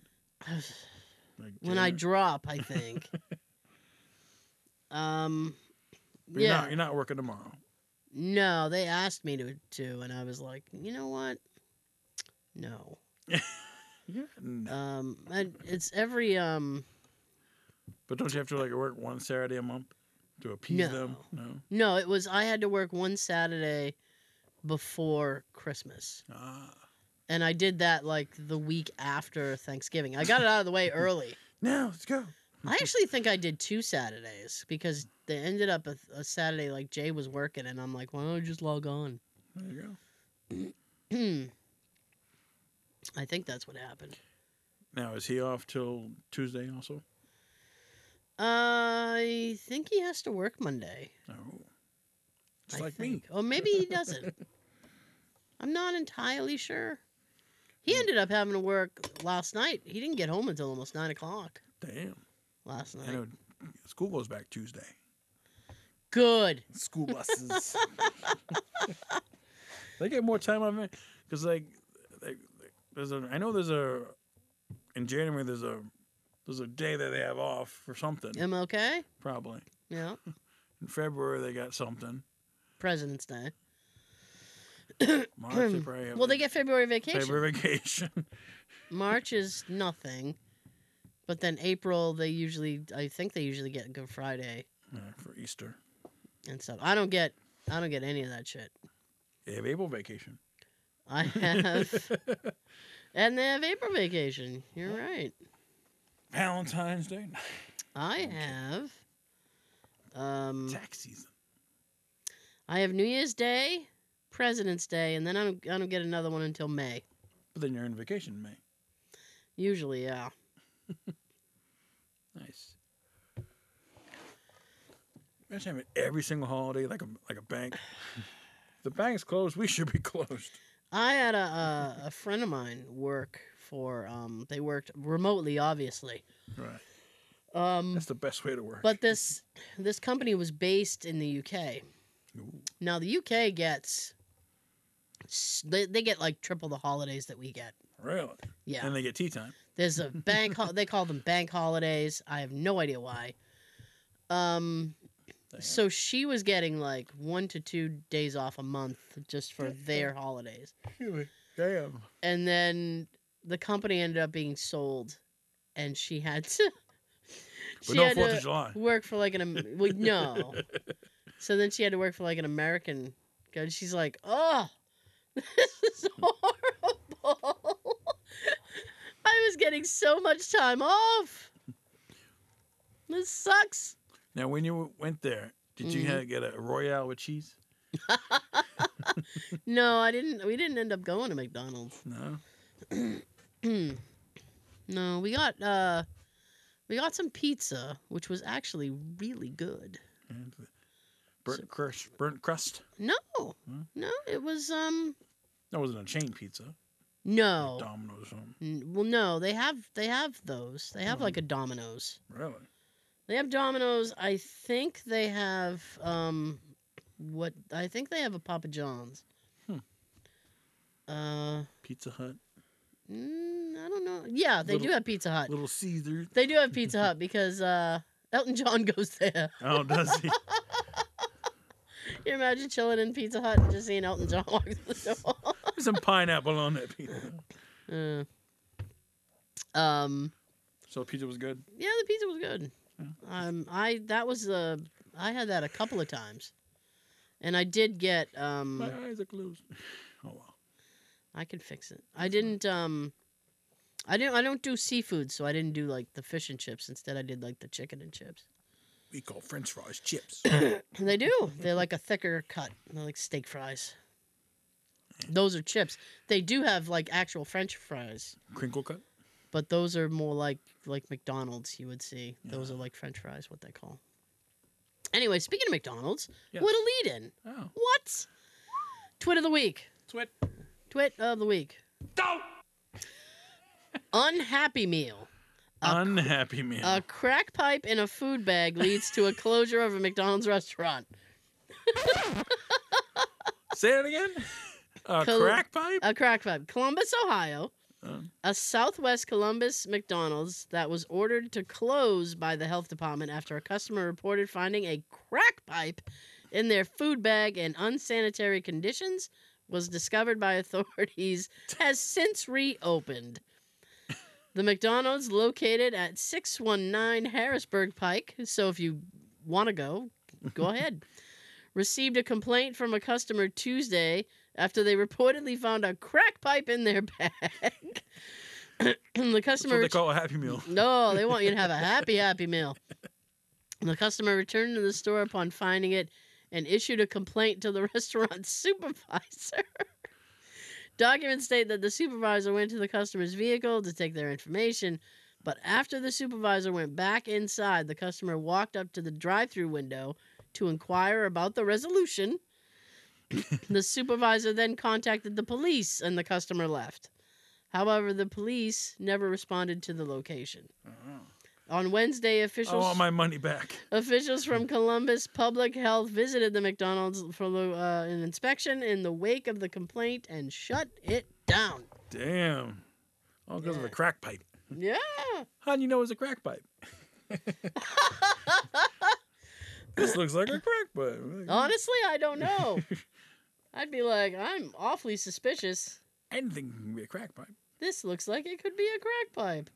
[SPEAKER 2] Like
[SPEAKER 1] when I
[SPEAKER 2] January?
[SPEAKER 1] drop, I think. um,
[SPEAKER 2] But You're
[SPEAKER 1] yeah.
[SPEAKER 2] not, you're not working tomorrow.
[SPEAKER 1] No, they asked me to, to, and I was like, you know what? No.
[SPEAKER 2] Yeah. No.
[SPEAKER 1] Um, and it's every um.
[SPEAKER 2] But don't you have to like work one Saturday a month to appease them? No.
[SPEAKER 1] No, it was I had to work one Saturday before Christmas,
[SPEAKER 2] Ah.
[SPEAKER 1] and I did that like the week after Thanksgiving. I got it out of the way early.
[SPEAKER 2] Now let's go.
[SPEAKER 1] I actually think I did two Saturdays because they ended up a, a Saturday like Jay was working, and I'm like, why don't I just log on?
[SPEAKER 2] There you go.
[SPEAKER 1] I think that's what happened.
[SPEAKER 2] Now is he off till Tuesday also?
[SPEAKER 1] I think he has to work Monday.
[SPEAKER 2] No. Just
[SPEAKER 1] I
[SPEAKER 2] like me.
[SPEAKER 1] think. Or maybe he doesn't. I'm not entirely sure. He ended up having to work last night. He didn't get home until almost nine o'clock
[SPEAKER 2] Damn.
[SPEAKER 1] last
[SPEAKER 2] I
[SPEAKER 1] night.
[SPEAKER 2] know school goes back Tuesday.
[SPEAKER 1] Good.
[SPEAKER 2] School buses. they get more time on it because like, like, there's a I know there's a in January there's a there's a day that they have off for something
[SPEAKER 1] I'm okay.
[SPEAKER 2] probably.
[SPEAKER 1] Yeah.
[SPEAKER 2] In February they got something.
[SPEAKER 1] President's Day.
[SPEAKER 2] March they probably have
[SPEAKER 1] Hmm. Well, they get February vacation.
[SPEAKER 2] February vacation.
[SPEAKER 1] March is nothing. But then April, they usually, I think they usually get Good Friday
[SPEAKER 2] Yeah, for Easter.
[SPEAKER 1] and stuff. I don't get, I don't get any of that shit.
[SPEAKER 2] They have April vacation.
[SPEAKER 1] I have, and they have April vacation. You're right.
[SPEAKER 2] Valentine's Day.
[SPEAKER 1] I
[SPEAKER 2] Okay.
[SPEAKER 1] have. Um,
[SPEAKER 2] Tax season.
[SPEAKER 1] I have New Year's Day, President's Day, and then I don't, I don't get another one until May.
[SPEAKER 2] But then you're in vacation in May.
[SPEAKER 1] Usually, yeah.
[SPEAKER 2] Nice. Imagine having every single holiday like a like a bank. the bank's closed. We should be closed.
[SPEAKER 1] I had a a, a friend of mine work for. Um, they worked remotely, obviously.
[SPEAKER 2] Right.
[SPEAKER 1] Um,
[SPEAKER 2] That's the best way to work.
[SPEAKER 1] but this this company was based in the UK.
[SPEAKER 2] Ooh,
[SPEAKER 1] Now the UK gets s- they, they get like triple the holidays that we get.
[SPEAKER 2] really?
[SPEAKER 1] Yeah.
[SPEAKER 2] And they get tea time.
[SPEAKER 1] There's a bank. Ho- they call them bank holidays. I have no idea why. Um,
[SPEAKER 2] They have-
[SPEAKER 1] so she was getting like one to two days off a month just for their holidays,
[SPEAKER 2] Really? Damn.
[SPEAKER 1] and then the company ended up being sold, and she had to.
[SPEAKER 2] But
[SPEAKER 1] she
[SPEAKER 2] no
[SPEAKER 1] had
[SPEAKER 2] Fourth of
[SPEAKER 1] to
[SPEAKER 2] July.
[SPEAKER 1] work for like an Am- well, no. So then she had to work for like an American. guy. She's like, oh, this is horrible. I was getting so much time off. This sucks.
[SPEAKER 2] Now, when you went there, did you
[SPEAKER 1] Mhm.
[SPEAKER 2] have, get a royale with cheese?
[SPEAKER 1] No, I didn't. We didn't end up going to McDonald's.
[SPEAKER 2] No.
[SPEAKER 1] no, we got uh, we got some pizza, which was actually really good.
[SPEAKER 2] And the burnt crust. Burnt crust.
[SPEAKER 1] No,
[SPEAKER 2] Hmm?
[SPEAKER 1] no, it was um,
[SPEAKER 2] That wasn't a chain pizza.
[SPEAKER 1] no.
[SPEAKER 2] Domino's or something.
[SPEAKER 1] N- Well, no, they have they have those. They have
[SPEAKER 2] Oh.
[SPEAKER 1] like a Domino's.
[SPEAKER 2] Really?
[SPEAKER 1] They have Domino's. I think they have um, what I think they have a Papa John's.
[SPEAKER 2] Hmm.
[SPEAKER 1] Uh,
[SPEAKER 2] Pizza Hut.
[SPEAKER 1] mm, I don't know. Yeah, they do
[SPEAKER 2] Little-
[SPEAKER 1] have Pizza Hut.
[SPEAKER 2] Little Caesar.
[SPEAKER 1] They do have Pizza Hut because uh, Elton John goes there.
[SPEAKER 2] Oh, does he?
[SPEAKER 1] Can you imagine chilling in Pizza Hut and just seeing Elton John walk through the door.
[SPEAKER 2] Some pineapple on that pizza.
[SPEAKER 1] Uh, um,
[SPEAKER 2] So the pizza was good.
[SPEAKER 1] yeah, the pizza was good.
[SPEAKER 2] Yeah.
[SPEAKER 1] Um, I that was uh, I had that a couple of times, and I did get um,
[SPEAKER 2] My eyes are closed. Oh wow.
[SPEAKER 1] I can fix it. I didn't um, I didn't I don't do seafood, so I didn't do like the fish and chips. Instead, I did like the chicken and chips.
[SPEAKER 2] We call French fries chips.
[SPEAKER 1] They do. They're like a thicker cut. They're like steak fries. Those are chips. They do have like actual French fries,
[SPEAKER 2] Crinkle cut.
[SPEAKER 1] but those are more like like McDonald's you would see. Those are like French fries, what they call. Anyway, speaking of McDonald's,
[SPEAKER 2] Yes.
[SPEAKER 1] what a lead in.
[SPEAKER 2] Oh, Uh,
[SPEAKER 1] What? Twit of the week.
[SPEAKER 2] it's Twit.
[SPEAKER 1] Twit of the week.
[SPEAKER 2] Don't.
[SPEAKER 1] Unhappy meal.
[SPEAKER 2] Unhappy meal.
[SPEAKER 1] A crack pipe in a food bag leads to a closure of a McDonald's restaurant.
[SPEAKER 2] Say it again. A
[SPEAKER 1] Col-
[SPEAKER 2] crack pipe.
[SPEAKER 1] A crack pipe. Columbus, Ohio.
[SPEAKER 2] Oh.
[SPEAKER 1] A Southwest Columbus McDonald's that was ordered to close by the health department after a customer reported finding a crack pipe in their food bag in unsanitary conditions was discovered by authorities has since reopened. The McDonald's located at 619 Harrisburg Pike, so if you want to go, go ahead. Received a complaint from a customer Tuesday after they reportedly found a crack pipe in their bag. the
[SPEAKER 2] That's what
[SPEAKER 1] customer
[SPEAKER 2] they call a happy meal.
[SPEAKER 1] no, they want you to have a happy, happy meal. The customer returned to the store upon finding it and issued a complaint to the restaurant supervisor. Documents state that the supervisor went to the customer's vehicle to take their information, but after the supervisor went back inside, the customer walked up to the drive through window to inquire about the resolution. the supervisor then contacted the police and the customer left. However, the police never responded to the location. On Wednesday,
[SPEAKER 2] I
[SPEAKER 1] officials
[SPEAKER 2] want Oh, my money back.
[SPEAKER 1] Officials from Columbus Public Health visited the McDonald's for uh, an inspection in the wake of the complaint and shut it down.
[SPEAKER 2] Damn. All because of
[SPEAKER 1] Yeah.
[SPEAKER 2] a crack pipe.
[SPEAKER 1] Yeah.
[SPEAKER 2] How do you know it's a crack pipe? this looks like a crack pipe.
[SPEAKER 1] Honestly, I don't know. I'd be like, I'm awfully suspicious.
[SPEAKER 2] Anything can be a crack pipe.
[SPEAKER 1] This looks like it could be a crack pipe.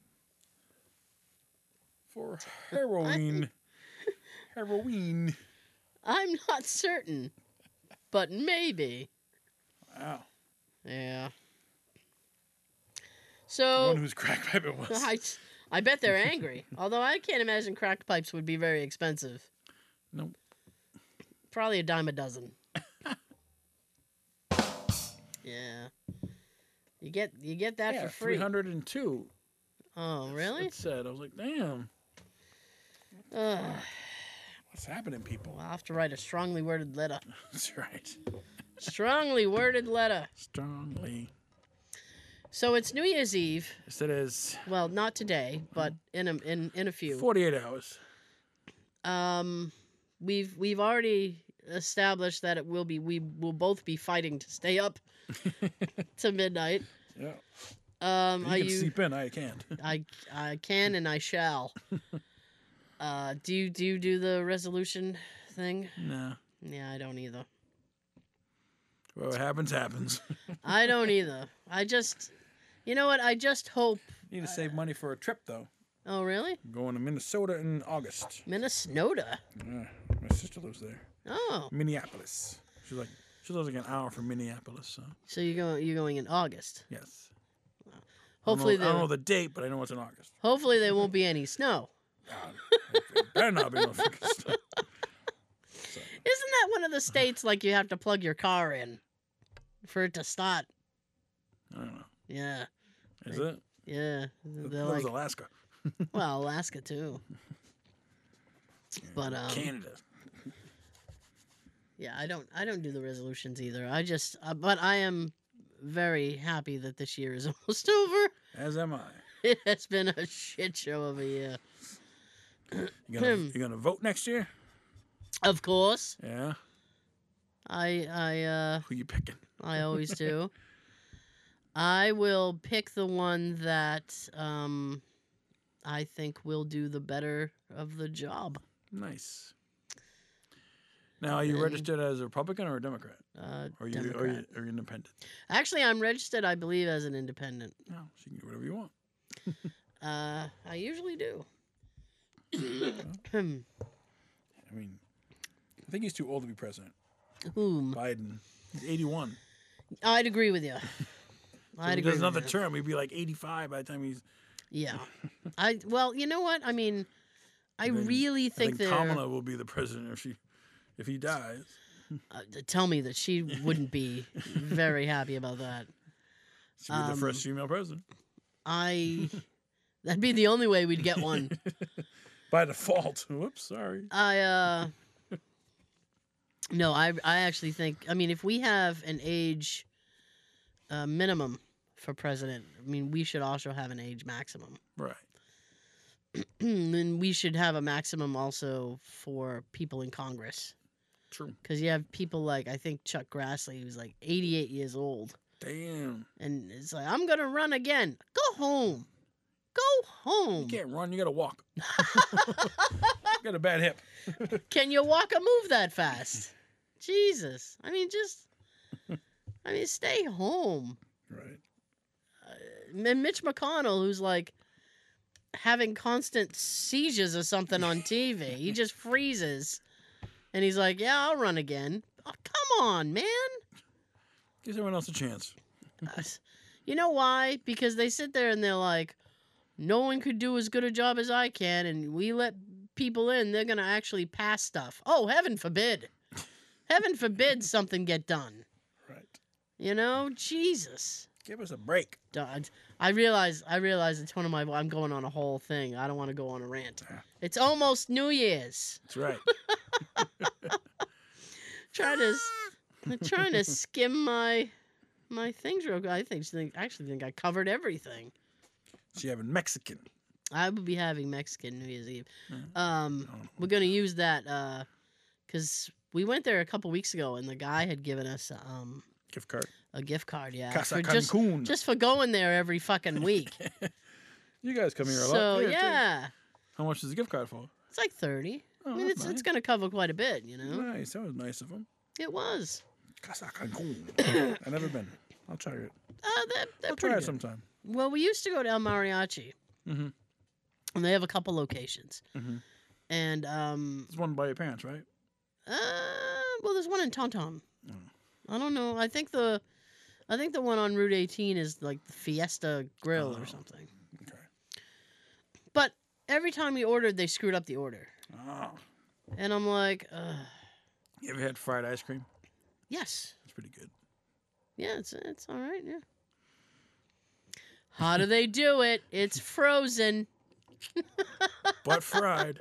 [SPEAKER 2] For heroin. heroin.
[SPEAKER 1] I'm not certain, but maybe.
[SPEAKER 2] Wow.
[SPEAKER 1] Yeah.
[SPEAKER 2] I
[SPEAKER 1] So
[SPEAKER 2] wonder whose crack pipe it was.
[SPEAKER 1] I, I bet they're angry. Although I can't imagine crack pipes would be very expensive.
[SPEAKER 2] Nope.
[SPEAKER 1] Probably a dime a dozen. yeah. You get you get that
[SPEAKER 2] yeah,
[SPEAKER 1] for free.
[SPEAKER 2] 302.
[SPEAKER 1] Oh, really?
[SPEAKER 2] It said. I was like, damn.
[SPEAKER 1] Ugh.
[SPEAKER 2] What's happening, people?
[SPEAKER 1] Well, I'll have to write a strongly worded letter.
[SPEAKER 2] That's right.
[SPEAKER 1] strongly worded letter.
[SPEAKER 2] Strongly.
[SPEAKER 1] So it's New Year's Eve.
[SPEAKER 2] It said as
[SPEAKER 1] Well, not today, but in a in, in a few.
[SPEAKER 2] 48 hours.
[SPEAKER 1] Um we've we've already established that it will be we will both be fighting to stay up to midnight.
[SPEAKER 2] Yeah.
[SPEAKER 1] Um
[SPEAKER 2] You
[SPEAKER 1] are
[SPEAKER 2] can
[SPEAKER 1] you
[SPEAKER 2] sleep in. I can't.
[SPEAKER 1] I I can and I shall. uh, do you do you do the resolution thing?
[SPEAKER 2] nah.
[SPEAKER 1] Yeah, I don't either.
[SPEAKER 2] What happens, happens.
[SPEAKER 1] I don't either. I just, you know what? I just hope.
[SPEAKER 2] Need to save money for a trip, though.
[SPEAKER 1] Oh, really?
[SPEAKER 2] I'm going to Minnesota in August.
[SPEAKER 1] Minnesota.
[SPEAKER 2] Yeah, my sister lives there.
[SPEAKER 1] Oh,
[SPEAKER 2] Minneapolis. She's like she lives like an hour from Minneapolis. So
[SPEAKER 1] so you're going you're going in August.
[SPEAKER 2] yes.
[SPEAKER 1] Hopefully
[SPEAKER 2] I don't, know, I don't
[SPEAKER 1] there
[SPEAKER 2] know the date, but I know it's in August.
[SPEAKER 1] hopefully there won't be any snow.
[SPEAKER 2] God, it better not be no fucking snow.
[SPEAKER 1] Isn't that one of the states like you have to plug your car in for it to start?
[SPEAKER 2] I don't know.
[SPEAKER 1] Yeah,
[SPEAKER 2] Is it?
[SPEAKER 1] yeah.
[SPEAKER 2] It
[SPEAKER 1] They're
[SPEAKER 2] was
[SPEAKER 1] like
[SPEAKER 2] Alaska,
[SPEAKER 1] well, Alaska too. But um,
[SPEAKER 2] Canada.
[SPEAKER 1] Yeah, I don't I don't do the resolutions either. I just uh, but I am very happy that this year is almost over.
[SPEAKER 2] As am I.
[SPEAKER 1] It has been a shit show of a year.
[SPEAKER 2] You gonna
[SPEAKER 1] Hmm.
[SPEAKER 2] you gonna vote next year?
[SPEAKER 1] Of course,
[SPEAKER 2] Yeah.
[SPEAKER 1] I I uh
[SPEAKER 2] Who you picking?
[SPEAKER 1] I always do. I will pick the one that um I think will do the better of the job.
[SPEAKER 2] Nice. Now, are you
[SPEAKER 1] Then-
[SPEAKER 2] registered as a Republican or a Democrat?
[SPEAKER 1] Uh,
[SPEAKER 2] Or are you,
[SPEAKER 1] Democrat.
[SPEAKER 2] are you, are you independent?
[SPEAKER 1] Actually, I'm registered, I believe, as an independent.
[SPEAKER 2] No, so you can do whatever you want.
[SPEAKER 1] Uh, I usually do.
[SPEAKER 2] I mean, I think he's too old to be president.
[SPEAKER 1] Whom?
[SPEAKER 2] Biden, he's 81.
[SPEAKER 1] I'd agree with you.
[SPEAKER 2] So
[SPEAKER 1] I'd
[SPEAKER 2] if he
[SPEAKER 1] agree.
[SPEAKER 2] does
[SPEAKER 1] With
[SPEAKER 2] another
[SPEAKER 1] you.
[SPEAKER 2] term, he'd be like 85 by the time he's.
[SPEAKER 1] yeah. I well, you know what? I mean, I
[SPEAKER 2] And then
[SPEAKER 1] really
[SPEAKER 2] I think
[SPEAKER 1] think, that
[SPEAKER 2] Kamala will be the president if she, if he dies.
[SPEAKER 1] Uh, tell me that she wouldn't be very happy about that.
[SPEAKER 2] She'll be the first
[SPEAKER 1] Um,
[SPEAKER 2] female president
[SPEAKER 1] I. That'd be the only way we'd get one.
[SPEAKER 2] by default. Whoops, sorry.
[SPEAKER 1] I. uh No, I. I actually think. I mean, if we have an age uh, minimum for president. I mean, we should also have an age maximum.
[SPEAKER 2] Right.
[SPEAKER 1] then we should have a maximum also for people in Congress.
[SPEAKER 2] True.
[SPEAKER 1] Because you have people like, I think Chuck Grassley, who's like 88 years old.
[SPEAKER 2] Damn.
[SPEAKER 1] And it's like, I'm going to run again. Go home. Go
[SPEAKER 2] You
[SPEAKER 1] home.
[SPEAKER 2] can't run. You gotta walk. you got a bad hip.
[SPEAKER 1] Can you walk and move that fast? Jesus. I mean, just, I mean, stay home.
[SPEAKER 2] Right.
[SPEAKER 1] Uh, and Mitch McConnell, who's like having constant seizures or something on TV, he just freezes. And he's like, yeah, I'll run again. Oh, come on, man.
[SPEAKER 2] Gives everyone else a chance.
[SPEAKER 1] us. You know why? Because they sit there and they're like, no one could do as good a job as I can, and we let people in, they're going to actually pass stuff. Oh, heaven forbid. heaven forbid something get done.
[SPEAKER 2] Right.
[SPEAKER 1] You know, Jesus.
[SPEAKER 2] Give us a break.
[SPEAKER 1] God. I realize I realize it's one of my I'm going on a whole thing. I don't want to go on a rant.
[SPEAKER 2] Yeah.
[SPEAKER 1] It's almost New Year's.
[SPEAKER 2] That's right.
[SPEAKER 1] Trying to s- I'm trying to skim my my things real good. I think I actually think I covered everything.
[SPEAKER 2] she having Mexican.
[SPEAKER 1] I will be having Mexican New Year's Eve.
[SPEAKER 2] Mhm.
[SPEAKER 1] Um,
[SPEAKER 2] Oh.
[SPEAKER 1] we're gonna use that because we went there a couple weeks ago, and the guy had given us um,
[SPEAKER 2] Gift card.
[SPEAKER 1] a gift card. Yeah,
[SPEAKER 2] Casa
[SPEAKER 1] for just
[SPEAKER 2] Cancun.
[SPEAKER 1] just for going there every fucking week.
[SPEAKER 2] you guys come here a lot.
[SPEAKER 1] so
[SPEAKER 2] too.
[SPEAKER 1] yeah,
[SPEAKER 2] How much is the gift card for?
[SPEAKER 1] it's like thirty.
[SPEAKER 2] Oh,
[SPEAKER 1] I mean,
[SPEAKER 2] that's Mm-hmm.
[SPEAKER 1] it's it's gonna cover quite a bit, you know.
[SPEAKER 2] Nice. That was nice of them.
[SPEAKER 1] It was.
[SPEAKER 2] Casa Cancun. I've never been. I'll try it.
[SPEAKER 1] Uh, they're, they're
[SPEAKER 2] I'll try
[SPEAKER 1] pretty
[SPEAKER 2] it
[SPEAKER 1] good.
[SPEAKER 2] sometime.
[SPEAKER 1] Well, we used to go to El Mariachi,
[SPEAKER 2] Mhm.
[SPEAKER 1] and they have a couple locations.
[SPEAKER 2] Mhm.
[SPEAKER 1] And um,
[SPEAKER 2] It's one by your parents, right?
[SPEAKER 1] Uh, well, there's one in Tauntaun.
[SPEAKER 2] Mm.
[SPEAKER 1] I don't know. I think the, I think the one on Route 18 is like the Fiesta Grill
[SPEAKER 2] Oh.
[SPEAKER 1] or something.
[SPEAKER 2] Okay.
[SPEAKER 1] But every time we ordered, they screwed up the order,
[SPEAKER 2] Oh.
[SPEAKER 1] and I'm like, Ugh.
[SPEAKER 2] You ever had fried ice cream?
[SPEAKER 1] yes,
[SPEAKER 2] It's pretty good.
[SPEAKER 1] yeah, it's it's all right, yeah. How do they do it? It's frozen.
[SPEAKER 2] But fried.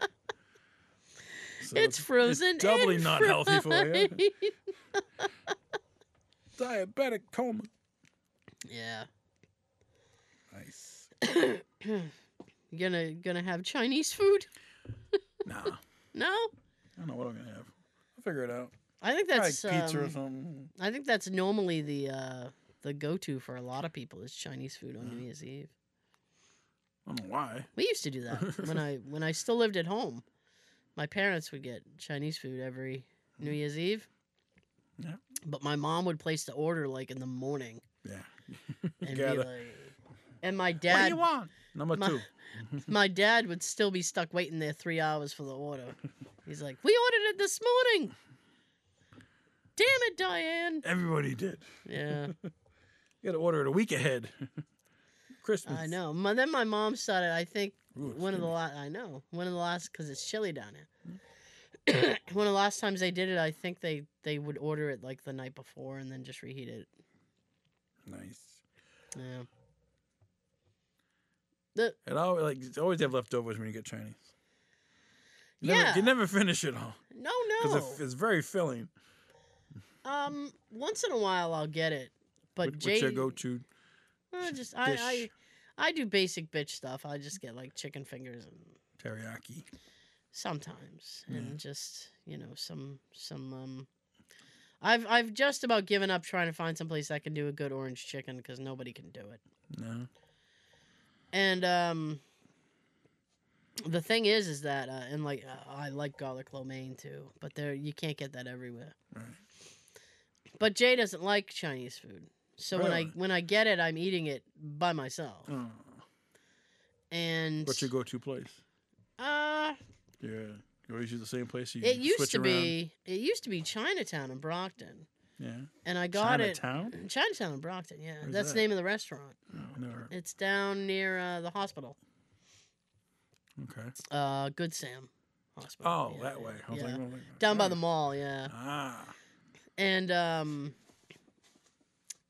[SPEAKER 2] So
[SPEAKER 1] it's frozen.
[SPEAKER 2] It's doubly
[SPEAKER 1] and
[SPEAKER 2] not healthy for you.
[SPEAKER 1] fried.
[SPEAKER 2] Diabetic coma.
[SPEAKER 1] yeah.
[SPEAKER 2] Nice.
[SPEAKER 1] You gonna gonna have Chinese food?
[SPEAKER 2] Nah. I
[SPEAKER 1] No,
[SPEAKER 2] don't know what I'm gonna have. I'll figure it out.
[SPEAKER 1] I think
[SPEAKER 2] Probably
[SPEAKER 1] that's
[SPEAKER 2] pizza
[SPEAKER 1] um,
[SPEAKER 2] or something.
[SPEAKER 1] I think that's normally the uh, the go to for a lot of people is Chinese food on New Year's Eve.
[SPEAKER 2] I don't know why.
[SPEAKER 1] We used to do that when I when I still lived at home. My parents would get Chinese food every New Year's Eve.
[SPEAKER 2] Mm. Yeah.
[SPEAKER 1] But my mom would place the order like in the morning
[SPEAKER 2] Yeah.
[SPEAKER 1] and be
[SPEAKER 2] Gather.
[SPEAKER 1] like, and my
[SPEAKER 2] What do
[SPEAKER 1] dad
[SPEAKER 2] you want? Number
[SPEAKER 1] my-
[SPEAKER 2] two.
[SPEAKER 1] my dad would still be stuck waiting there three hours for the order. He's like, we ordered it this morning. Damn it, Diane.
[SPEAKER 2] Everybody did.
[SPEAKER 1] Yeah.
[SPEAKER 2] You gotta order it a week ahead. Christmas.
[SPEAKER 1] I know. My, then my mom started. I think
[SPEAKER 2] Ooh,
[SPEAKER 1] one of the last. I know one of the last because it's chilly down here. one of the last times they did it, I think they they would order it like the night before and then just reheat it.
[SPEAKER 2] Nice.
[SPEAKER 1] Yeah.
[SPEAKER 2] It always like you always have leftovers when you get Chinese. You
[SPEAKER 1] yeah.
[SPEAKER 2] Never, you never finish it all
[SPEAKER 1] no,
[SPEAKER 2] because
[SPEAKER 1] no.
[SPEAKER 2] it's very filling.
[SPEAKER 1] um, once in a while I'll get it, but
[SPEAKER 2] What-
[SPEAKER 1] Jade,
[SPEAKER 2] what's your go-to?
[SPEAKER 1] uh, just I,
[SPEAKER 2] dish?
[SPEAKER 1] I I do basic bitch stuff. I just get like chicken fingers and
[SPEAKER 2] Teriyaki.
[SPEAKER 1] sometimes
[SPEAKER 2] Yeah.
[SPEAKER 1] and just you know some some um i've i've just about given up trying to find someplace that can do a good orange chicken because nobody can do it
[SPEAKER 2] No.
[SPEAKER 1] and um the thing is is that uh, and like uh, i like garlic lo mein too but there you can't get that everywhere
[SPEAKER 2] Right.
[SPEAKER 1] but jay doesn't like chinese food so when i
[SPEAKER 2] Really?
[SPEAKER 1] when i get it i'm eating it by myself
[SPEAKER 2] Oh.
[SPEAKER 1] and
[SPEAKER 2] What's your go-to place?
[SPEAKER 1] uh
[SPEAKER 2] Yeah. You always use the same place. You
[SPEAKER 1] it used
[SPEAKER 2] switch
[SPEAKER 1] to
[SPEAKER 2] around.
[SPEAKER 1] be it used to be chinatown in brockton
[SPEAKER 2] Yeah.
[SPEAKER 1] and i got it
[SPEAKER 2] Chinatown?
[SPEAKER 1] In Chinatown in Brockton, yeah.
[SPEAKER 2] Where's
[SPEAKER 1] That's
[SPEAKER 2] that?
[SPEAKER 1] the name of the restaurant.
[SPEAKER 2] No, never. heard.
[SPEAKER 1] It's down near uh, the hospital.
[SPEAKER 2] Okay.
[SPEAKER 1] Uh, Good Sam Hospital.
[SPEAKER 2] Oh,
[SPEAKER 1] yeah,
[SPEAKER 2] that way. I was
[SPEAKER 1] yeah.
[SPEAKER 2] like, oh, like-
[SPEAKER 1] Down by
[SPEAKER 2] oh.
[SPEAKER 1] the mall, yeah.
[SPEAKER 2] Ah.
[SPEAKER 1] And um,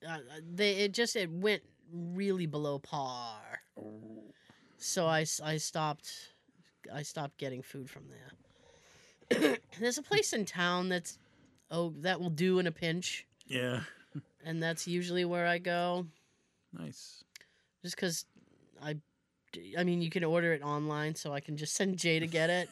[SPEAKER 1] uh, they it just it went really below par.
[SPEAKER 2] Oh.
[SPEAKER 1] So I, s- I stopped I stopped getting food from there. There's a place in town that's oh that will do in a pinch.
[SPEAKER 2] Yeah.
[SPEAKER 1] and that's usually where I go,
[SPEAKER 2] Nice.
[SPEAKER 1] just because I, I mean, you can order it online, so I can just send Jay to get it.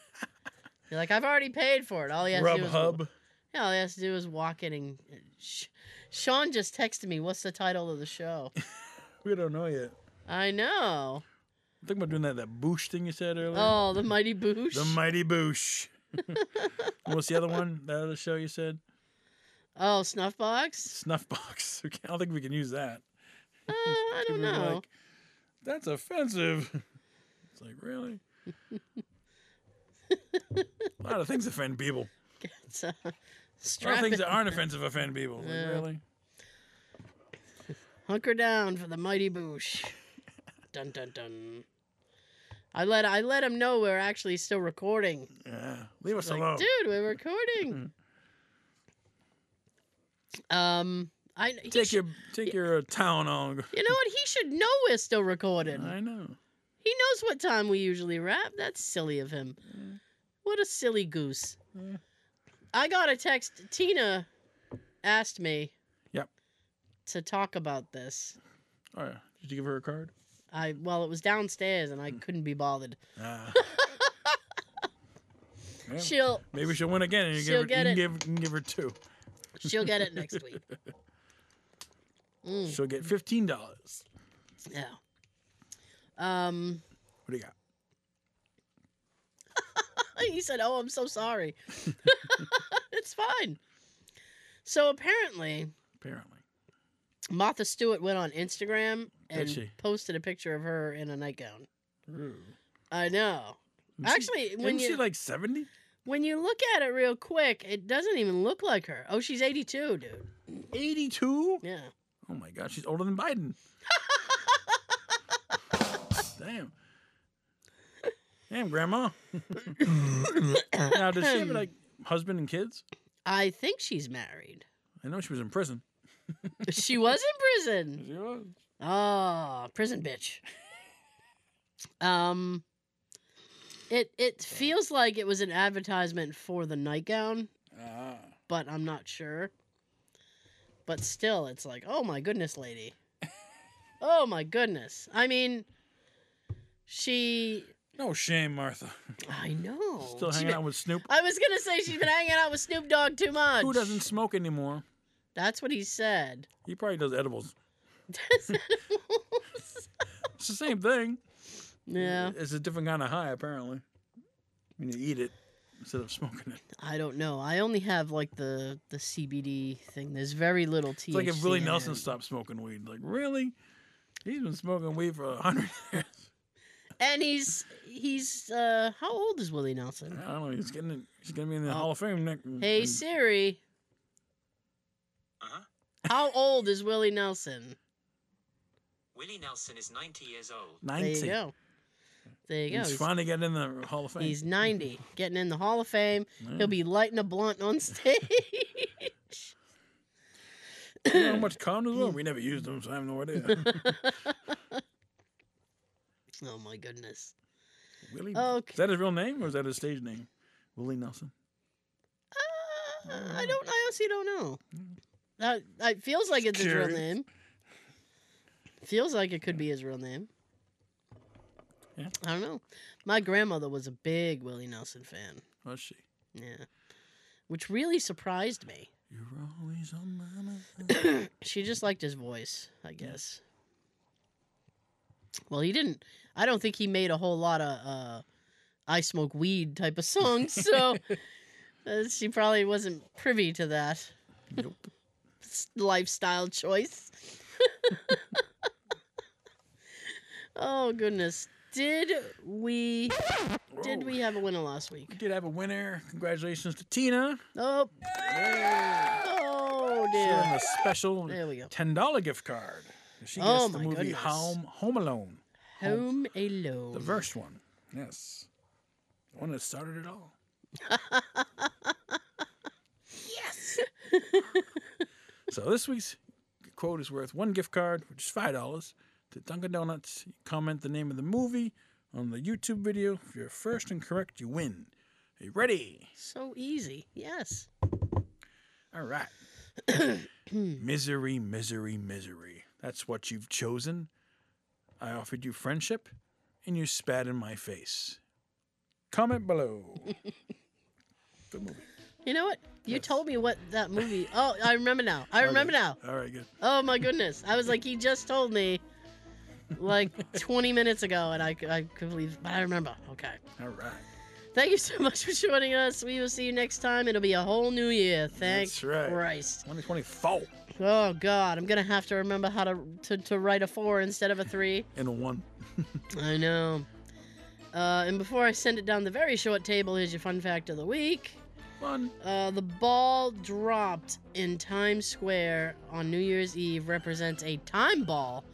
[SPEAKER 1] You're like, I've already paid for it. All he has to do is
[SPEAKER 2] Grubhub.
[SPEAKER 1] Yeah, all he has to do is walk in and uh, sh- Sean just texted me. What's the title of the show?
[SPEAKER 2] We don't know yet.
[SPEAKER 1] I know.
[SPEAKER 2] I'm thinking about doing that that boosh thing you said earlier.
[SPEAKER 1] Oh, the mighty boosh.
[SPEAKER 2] The mighty boosh. What's the other one? That other show you said?
[SPEAKER 1] oh, snuffbox.
[SPEAKER 2] Snuffbox. We can't- I don't think we can use that.
[SPEAKER 1] Uh, I don't
[SPEAKER 2] People are
[SPEAKER 1] know.
[SPEAKER 2] like, That's offensive. It's like really. a lot of things offend people.
[SPEAKER 1] It's, uh,
[SPEAKER 2] A lot
[SPEAKER 1] strap
[SPEAKER 2] of things
[SPEAKER 1] it,
[SPEAKER 2] that aren't offensive offend people. It's
[SPEAKER 1] Yeah.
[SPEAKER 2] Like, really?
[SPEAKER 1] hunker down for the mighty boosh. dun dun dun. I let I let him know we're actually still recording.
[SPEAKER 2] Yeah. Leave us
[SPEAKER 1] Like,
[SPEAKER 2] alone.
[SPEAKER 1] Dude, we're recording. um, I he
[SPEAKER 2] Take
[SPEAKER 1] sh-
[SPEAKER 2] your take your uh, town on.
[SPEAKER 1] You know what? He should know we're still recording.
[SPEAKER 2] I know.
[SPEAKER 1] He knows what time we usually wrap. That's silly of him.
[SPEAKER 2] Yeah.
[SPEAKER 1] What a silly goose.
[SPEAKER 2] Yeah.
[SPEAKER 1] I got a text. Tina asked me.
[SPEAKER 2] Yep.
[SPEAKER 1] To talk about this.
[SPEAKER 2] Oh yeah. Did you give her a card?
[SPEAKER 1] I well, it was downstairs and I
[SPEAKER 2] Mm.
[SPEAKER 1] couldn't be bothered.
[SPEAKER 2] Ah. Yeah,
[SPEAKER 1] She'll
[SPEAKER 2] Maybe she'll win again, and you, give
[SPEAKER 1] She'll
[SPEAKER 2] her,
[SPEAKER 1] get
[SPEAKER 2] you
[SPEAKER 1] it.
[SPEAKER 2] can give, you can give her two.
[SPEAKER 1] she'll get it next week. Mm,
[SPEAKER 2] She'll get fifteen dollars.
[SPEAKER 1] yeah. Um.
[SPEAKER 2] What do you got?
[SPEAKER 1] He said, "Oh, I'm so sorry." it's fine. So apparently,
[SPEAKER 2] Apparently,
[SPEAKER 1] Martha Stewart went on Instagram
[SPEAKER 2] Did
[SPEAKER 1] and
[SPEAKER 2] she?
[SPEAKER 1] posted a picture of her in a nightgown. I know.
[SPEAKER 2] Isn't she-
[SPEAKER 1] Actually, when
[SPEAKER 2] isn't
[SPEAKER 1] you
[SPEAKER 2] she like seventy?
[SPEAKER 1] when you look at it real quick, it doesn't even look like her. Oh, she's 82, dude.
[SPEAKER 2] Eighty-two?
[SPEAKER 1] Yeah.
[SPEAKER 2] Oh my God, she's older than Biden. Damn. Damn, Grandma. now, does she have like husband and kids?
[SPEAKER 1] I think she's married.
[SPEAKER 2] I know she was in prison.
[SPEAKER 1] She was in prison.
[SPEAKER 2] She was.
[SPEAKER 1] Oh, prison bitch. Um it it feels like it was an advertisement for the nightgown,
[SPEAKER 2] Ah.
[SPEAKER 1] but I'm not sure. But still, it's like, "Oh my goodness, lady." oh my goodness. I mean, she
[SPEAKER 2] No shame, Martha. Oh,
[SPEAKER 1] I know.
[SPEAKER 2] Still
[SPEAKER 1] She's
[SPEAKER 2] hanging
[SPEAKER 1] been-
[SPEAKER 2] out with Snoop.
[SPEAKER 1] I was gonna say she's been hanging out with Snoop Dogg too much.
[SPEAKER 2] Who doesn't smoke anymore?
[SPEAKER 1] That's what he said.
[SPEAKER 2] He probably does edibles. It's the same thing.
[SPEAKER 1] yeah,
[SPEAKER 2] It's a different kind of high, apparently. When you eat it instead of smoking it.
[SPEAKER 1] I don't know. I only have like the the CBD thing. There's very little THC.
[SPEAKER 2] It's like if Willie
[SPEAKER 1] in
[SPEAKER 2] Nelson
[SPEAKER 1] it.
[SPEAKER 2] stopped smoking weed. Like, really? He's been smoking weed for a hundred years.
[SPEAKER 1] And he's he's uh how old is Willie Nelson?
[SPEAKER 2] I don't know. He's getting he's gonna be in the
[SPEAKER 1] Oh.
[SPEAKER 2] Hall of Fame next.
[SPEAKER 1] Hey
[SPEAKER 2] in-
[SPEAKER 1] Siri.
[SPEAKER 3] Uh-huh.
[SPEAKER 1] How old is Willie Nelson?
[SPEAKER 3] Willie Nelson is 90 years old.
[SPEAKER 1] There
[SPEAKER 2] ninety.
[SPEAKER 1] you go. There you go.
[SPEAKER 2] He's
[SPEAKER 1] He's,
[SPEAKER 2] finally getting in the Hall of Fame.
[SPEAKER 1] he's 90, getting in the Hall of Fame.
[SPEAKER 2] Yeah.
[SPEAKER 1] He'll be lighting a blunt on stage.
[SPEAKER 2] You know how much condoms were? We never used them, so I have no idea.
[SPEAKER 1] oh my goodness.
[SPEAKER 2] Willie.
[SPEAKER 1] Okay.
[SPEAKER 2] Is that his real name or is that his stage name? Willie Nelson.
[SPEAKER 1] Uh,
[SPEAKER 2] don't
[SPEAKER 1] I
[SPEAKER 2] know.
[SPEAKER 1] don't. I honestly don't know. That it feels like it's his real
[SPEAKER 2] curious.
[SPEAKER 1] name. Feels like it could be his real name.
[SPEAKER 2] Yeah.
[SPEAKER 1] I don't know. My grandmother was a big Willie Nelson fan.
[SPEAKER 2] Was she?
[SPEAKER 1] Yeah, which really surprised me.
[SPEAKER 2] You're always on my mind.
[SPEAKER 1] She just liked his voice, I guess. Well, he didn't. I don't think he made a whole lot of uh, "I smoke weed" type of songs, so uh, she probably wasn't privy to that.
[SPEAKER 2] nope.
[SPEAKER 1] s- lifestyle choice. oh goodness. Did we did
[SPEAKER 2] Whoa.
[SPEAKER 1] we have a winner last week?
[SPEAKER 2] Oh, We did have a winner. Congratulations to Tina.
[SPEAKER 1] Oh,
[SPEAKER 2] Yeah.
[SPEAKER 1] oh
[SPEAKER 2] She won
[SPEAKER 1] dear.
[SPEAKER 2] a special
[SPEAKER 1] There we go.
[SPEAKER 2] $10 gift card. She gets
[SPEAKER 1] Oh
[SPEAKER 2] the
[SPEAKER 1] my
[SPEAKER 2] movie
[SPEAKER 1] goodness.
[SPEAKER 2] Home, Home Alone,
[SPEAKER 1] Home alone.
[SPEAKER 2] the first one. Yes. The one that started it all. yes. so this week's quote is worth one gift card, which is $5, to Dunkin' Donuts. Comment the name of the movie on the YouTube video. If you're first and correct, you win. Are you ready?
[SPEAKER 1] So easy. Yes.
[SPEAKER 2] All right. misery, misery, misery. That's what you've chosen. I offered you friendship, and you spat in my face. Comment below. Good movie.
[SPEAKER 1] You know what? You
[SPEAKER 2] Yes.
[SPEAKER 1] told me what that movie. Oh, I remember now. I remember
[SPEAKER 2] Okay.
[SPEAKER 1] now.
[SPEAKER 2] All right, good.
[SPEAKER 1] Oh my goodness! I was like, he just told me, like 20 minutes ago, and I c- I could believe, but I remember. Okay.
[SPEAKER 2] All right.
[SPEAKER 1] Thank you so much for joining us. We will see you next time. It'll be a whole new year. Thank
[SPEAKER 2] That's right.
[SPEAKER 1] Christ.
[SPEAKER 2] 2024
[SPEAKER 1] Oh God, I'm gonna have to remember how to to, to write a four instead of a three.
[SPEAKER 2] and a one.
[SPEAKER 1] I know. Uh, and before I send it down the very short table, here's your fun fact of the week.
[SPEAKER 2] Fun.
[SPEAKER 1] Uh, the ball dropped in Times Square on New Year's Eve represents a time ball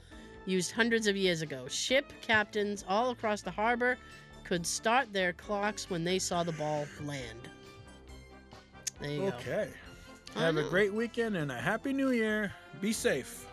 [SPEAKER 1] used hundreds of years ago. Ship captains all across the harbor could start their clocks when they saw the ball land. There you go.
[SPEAKER 2] Okay.
[SPEAKER 1] I
[SPEAKER 2] Have a
[SPEAKER 1] know.
[SPEAKER 2] great weekend and a happy new year. Be safe.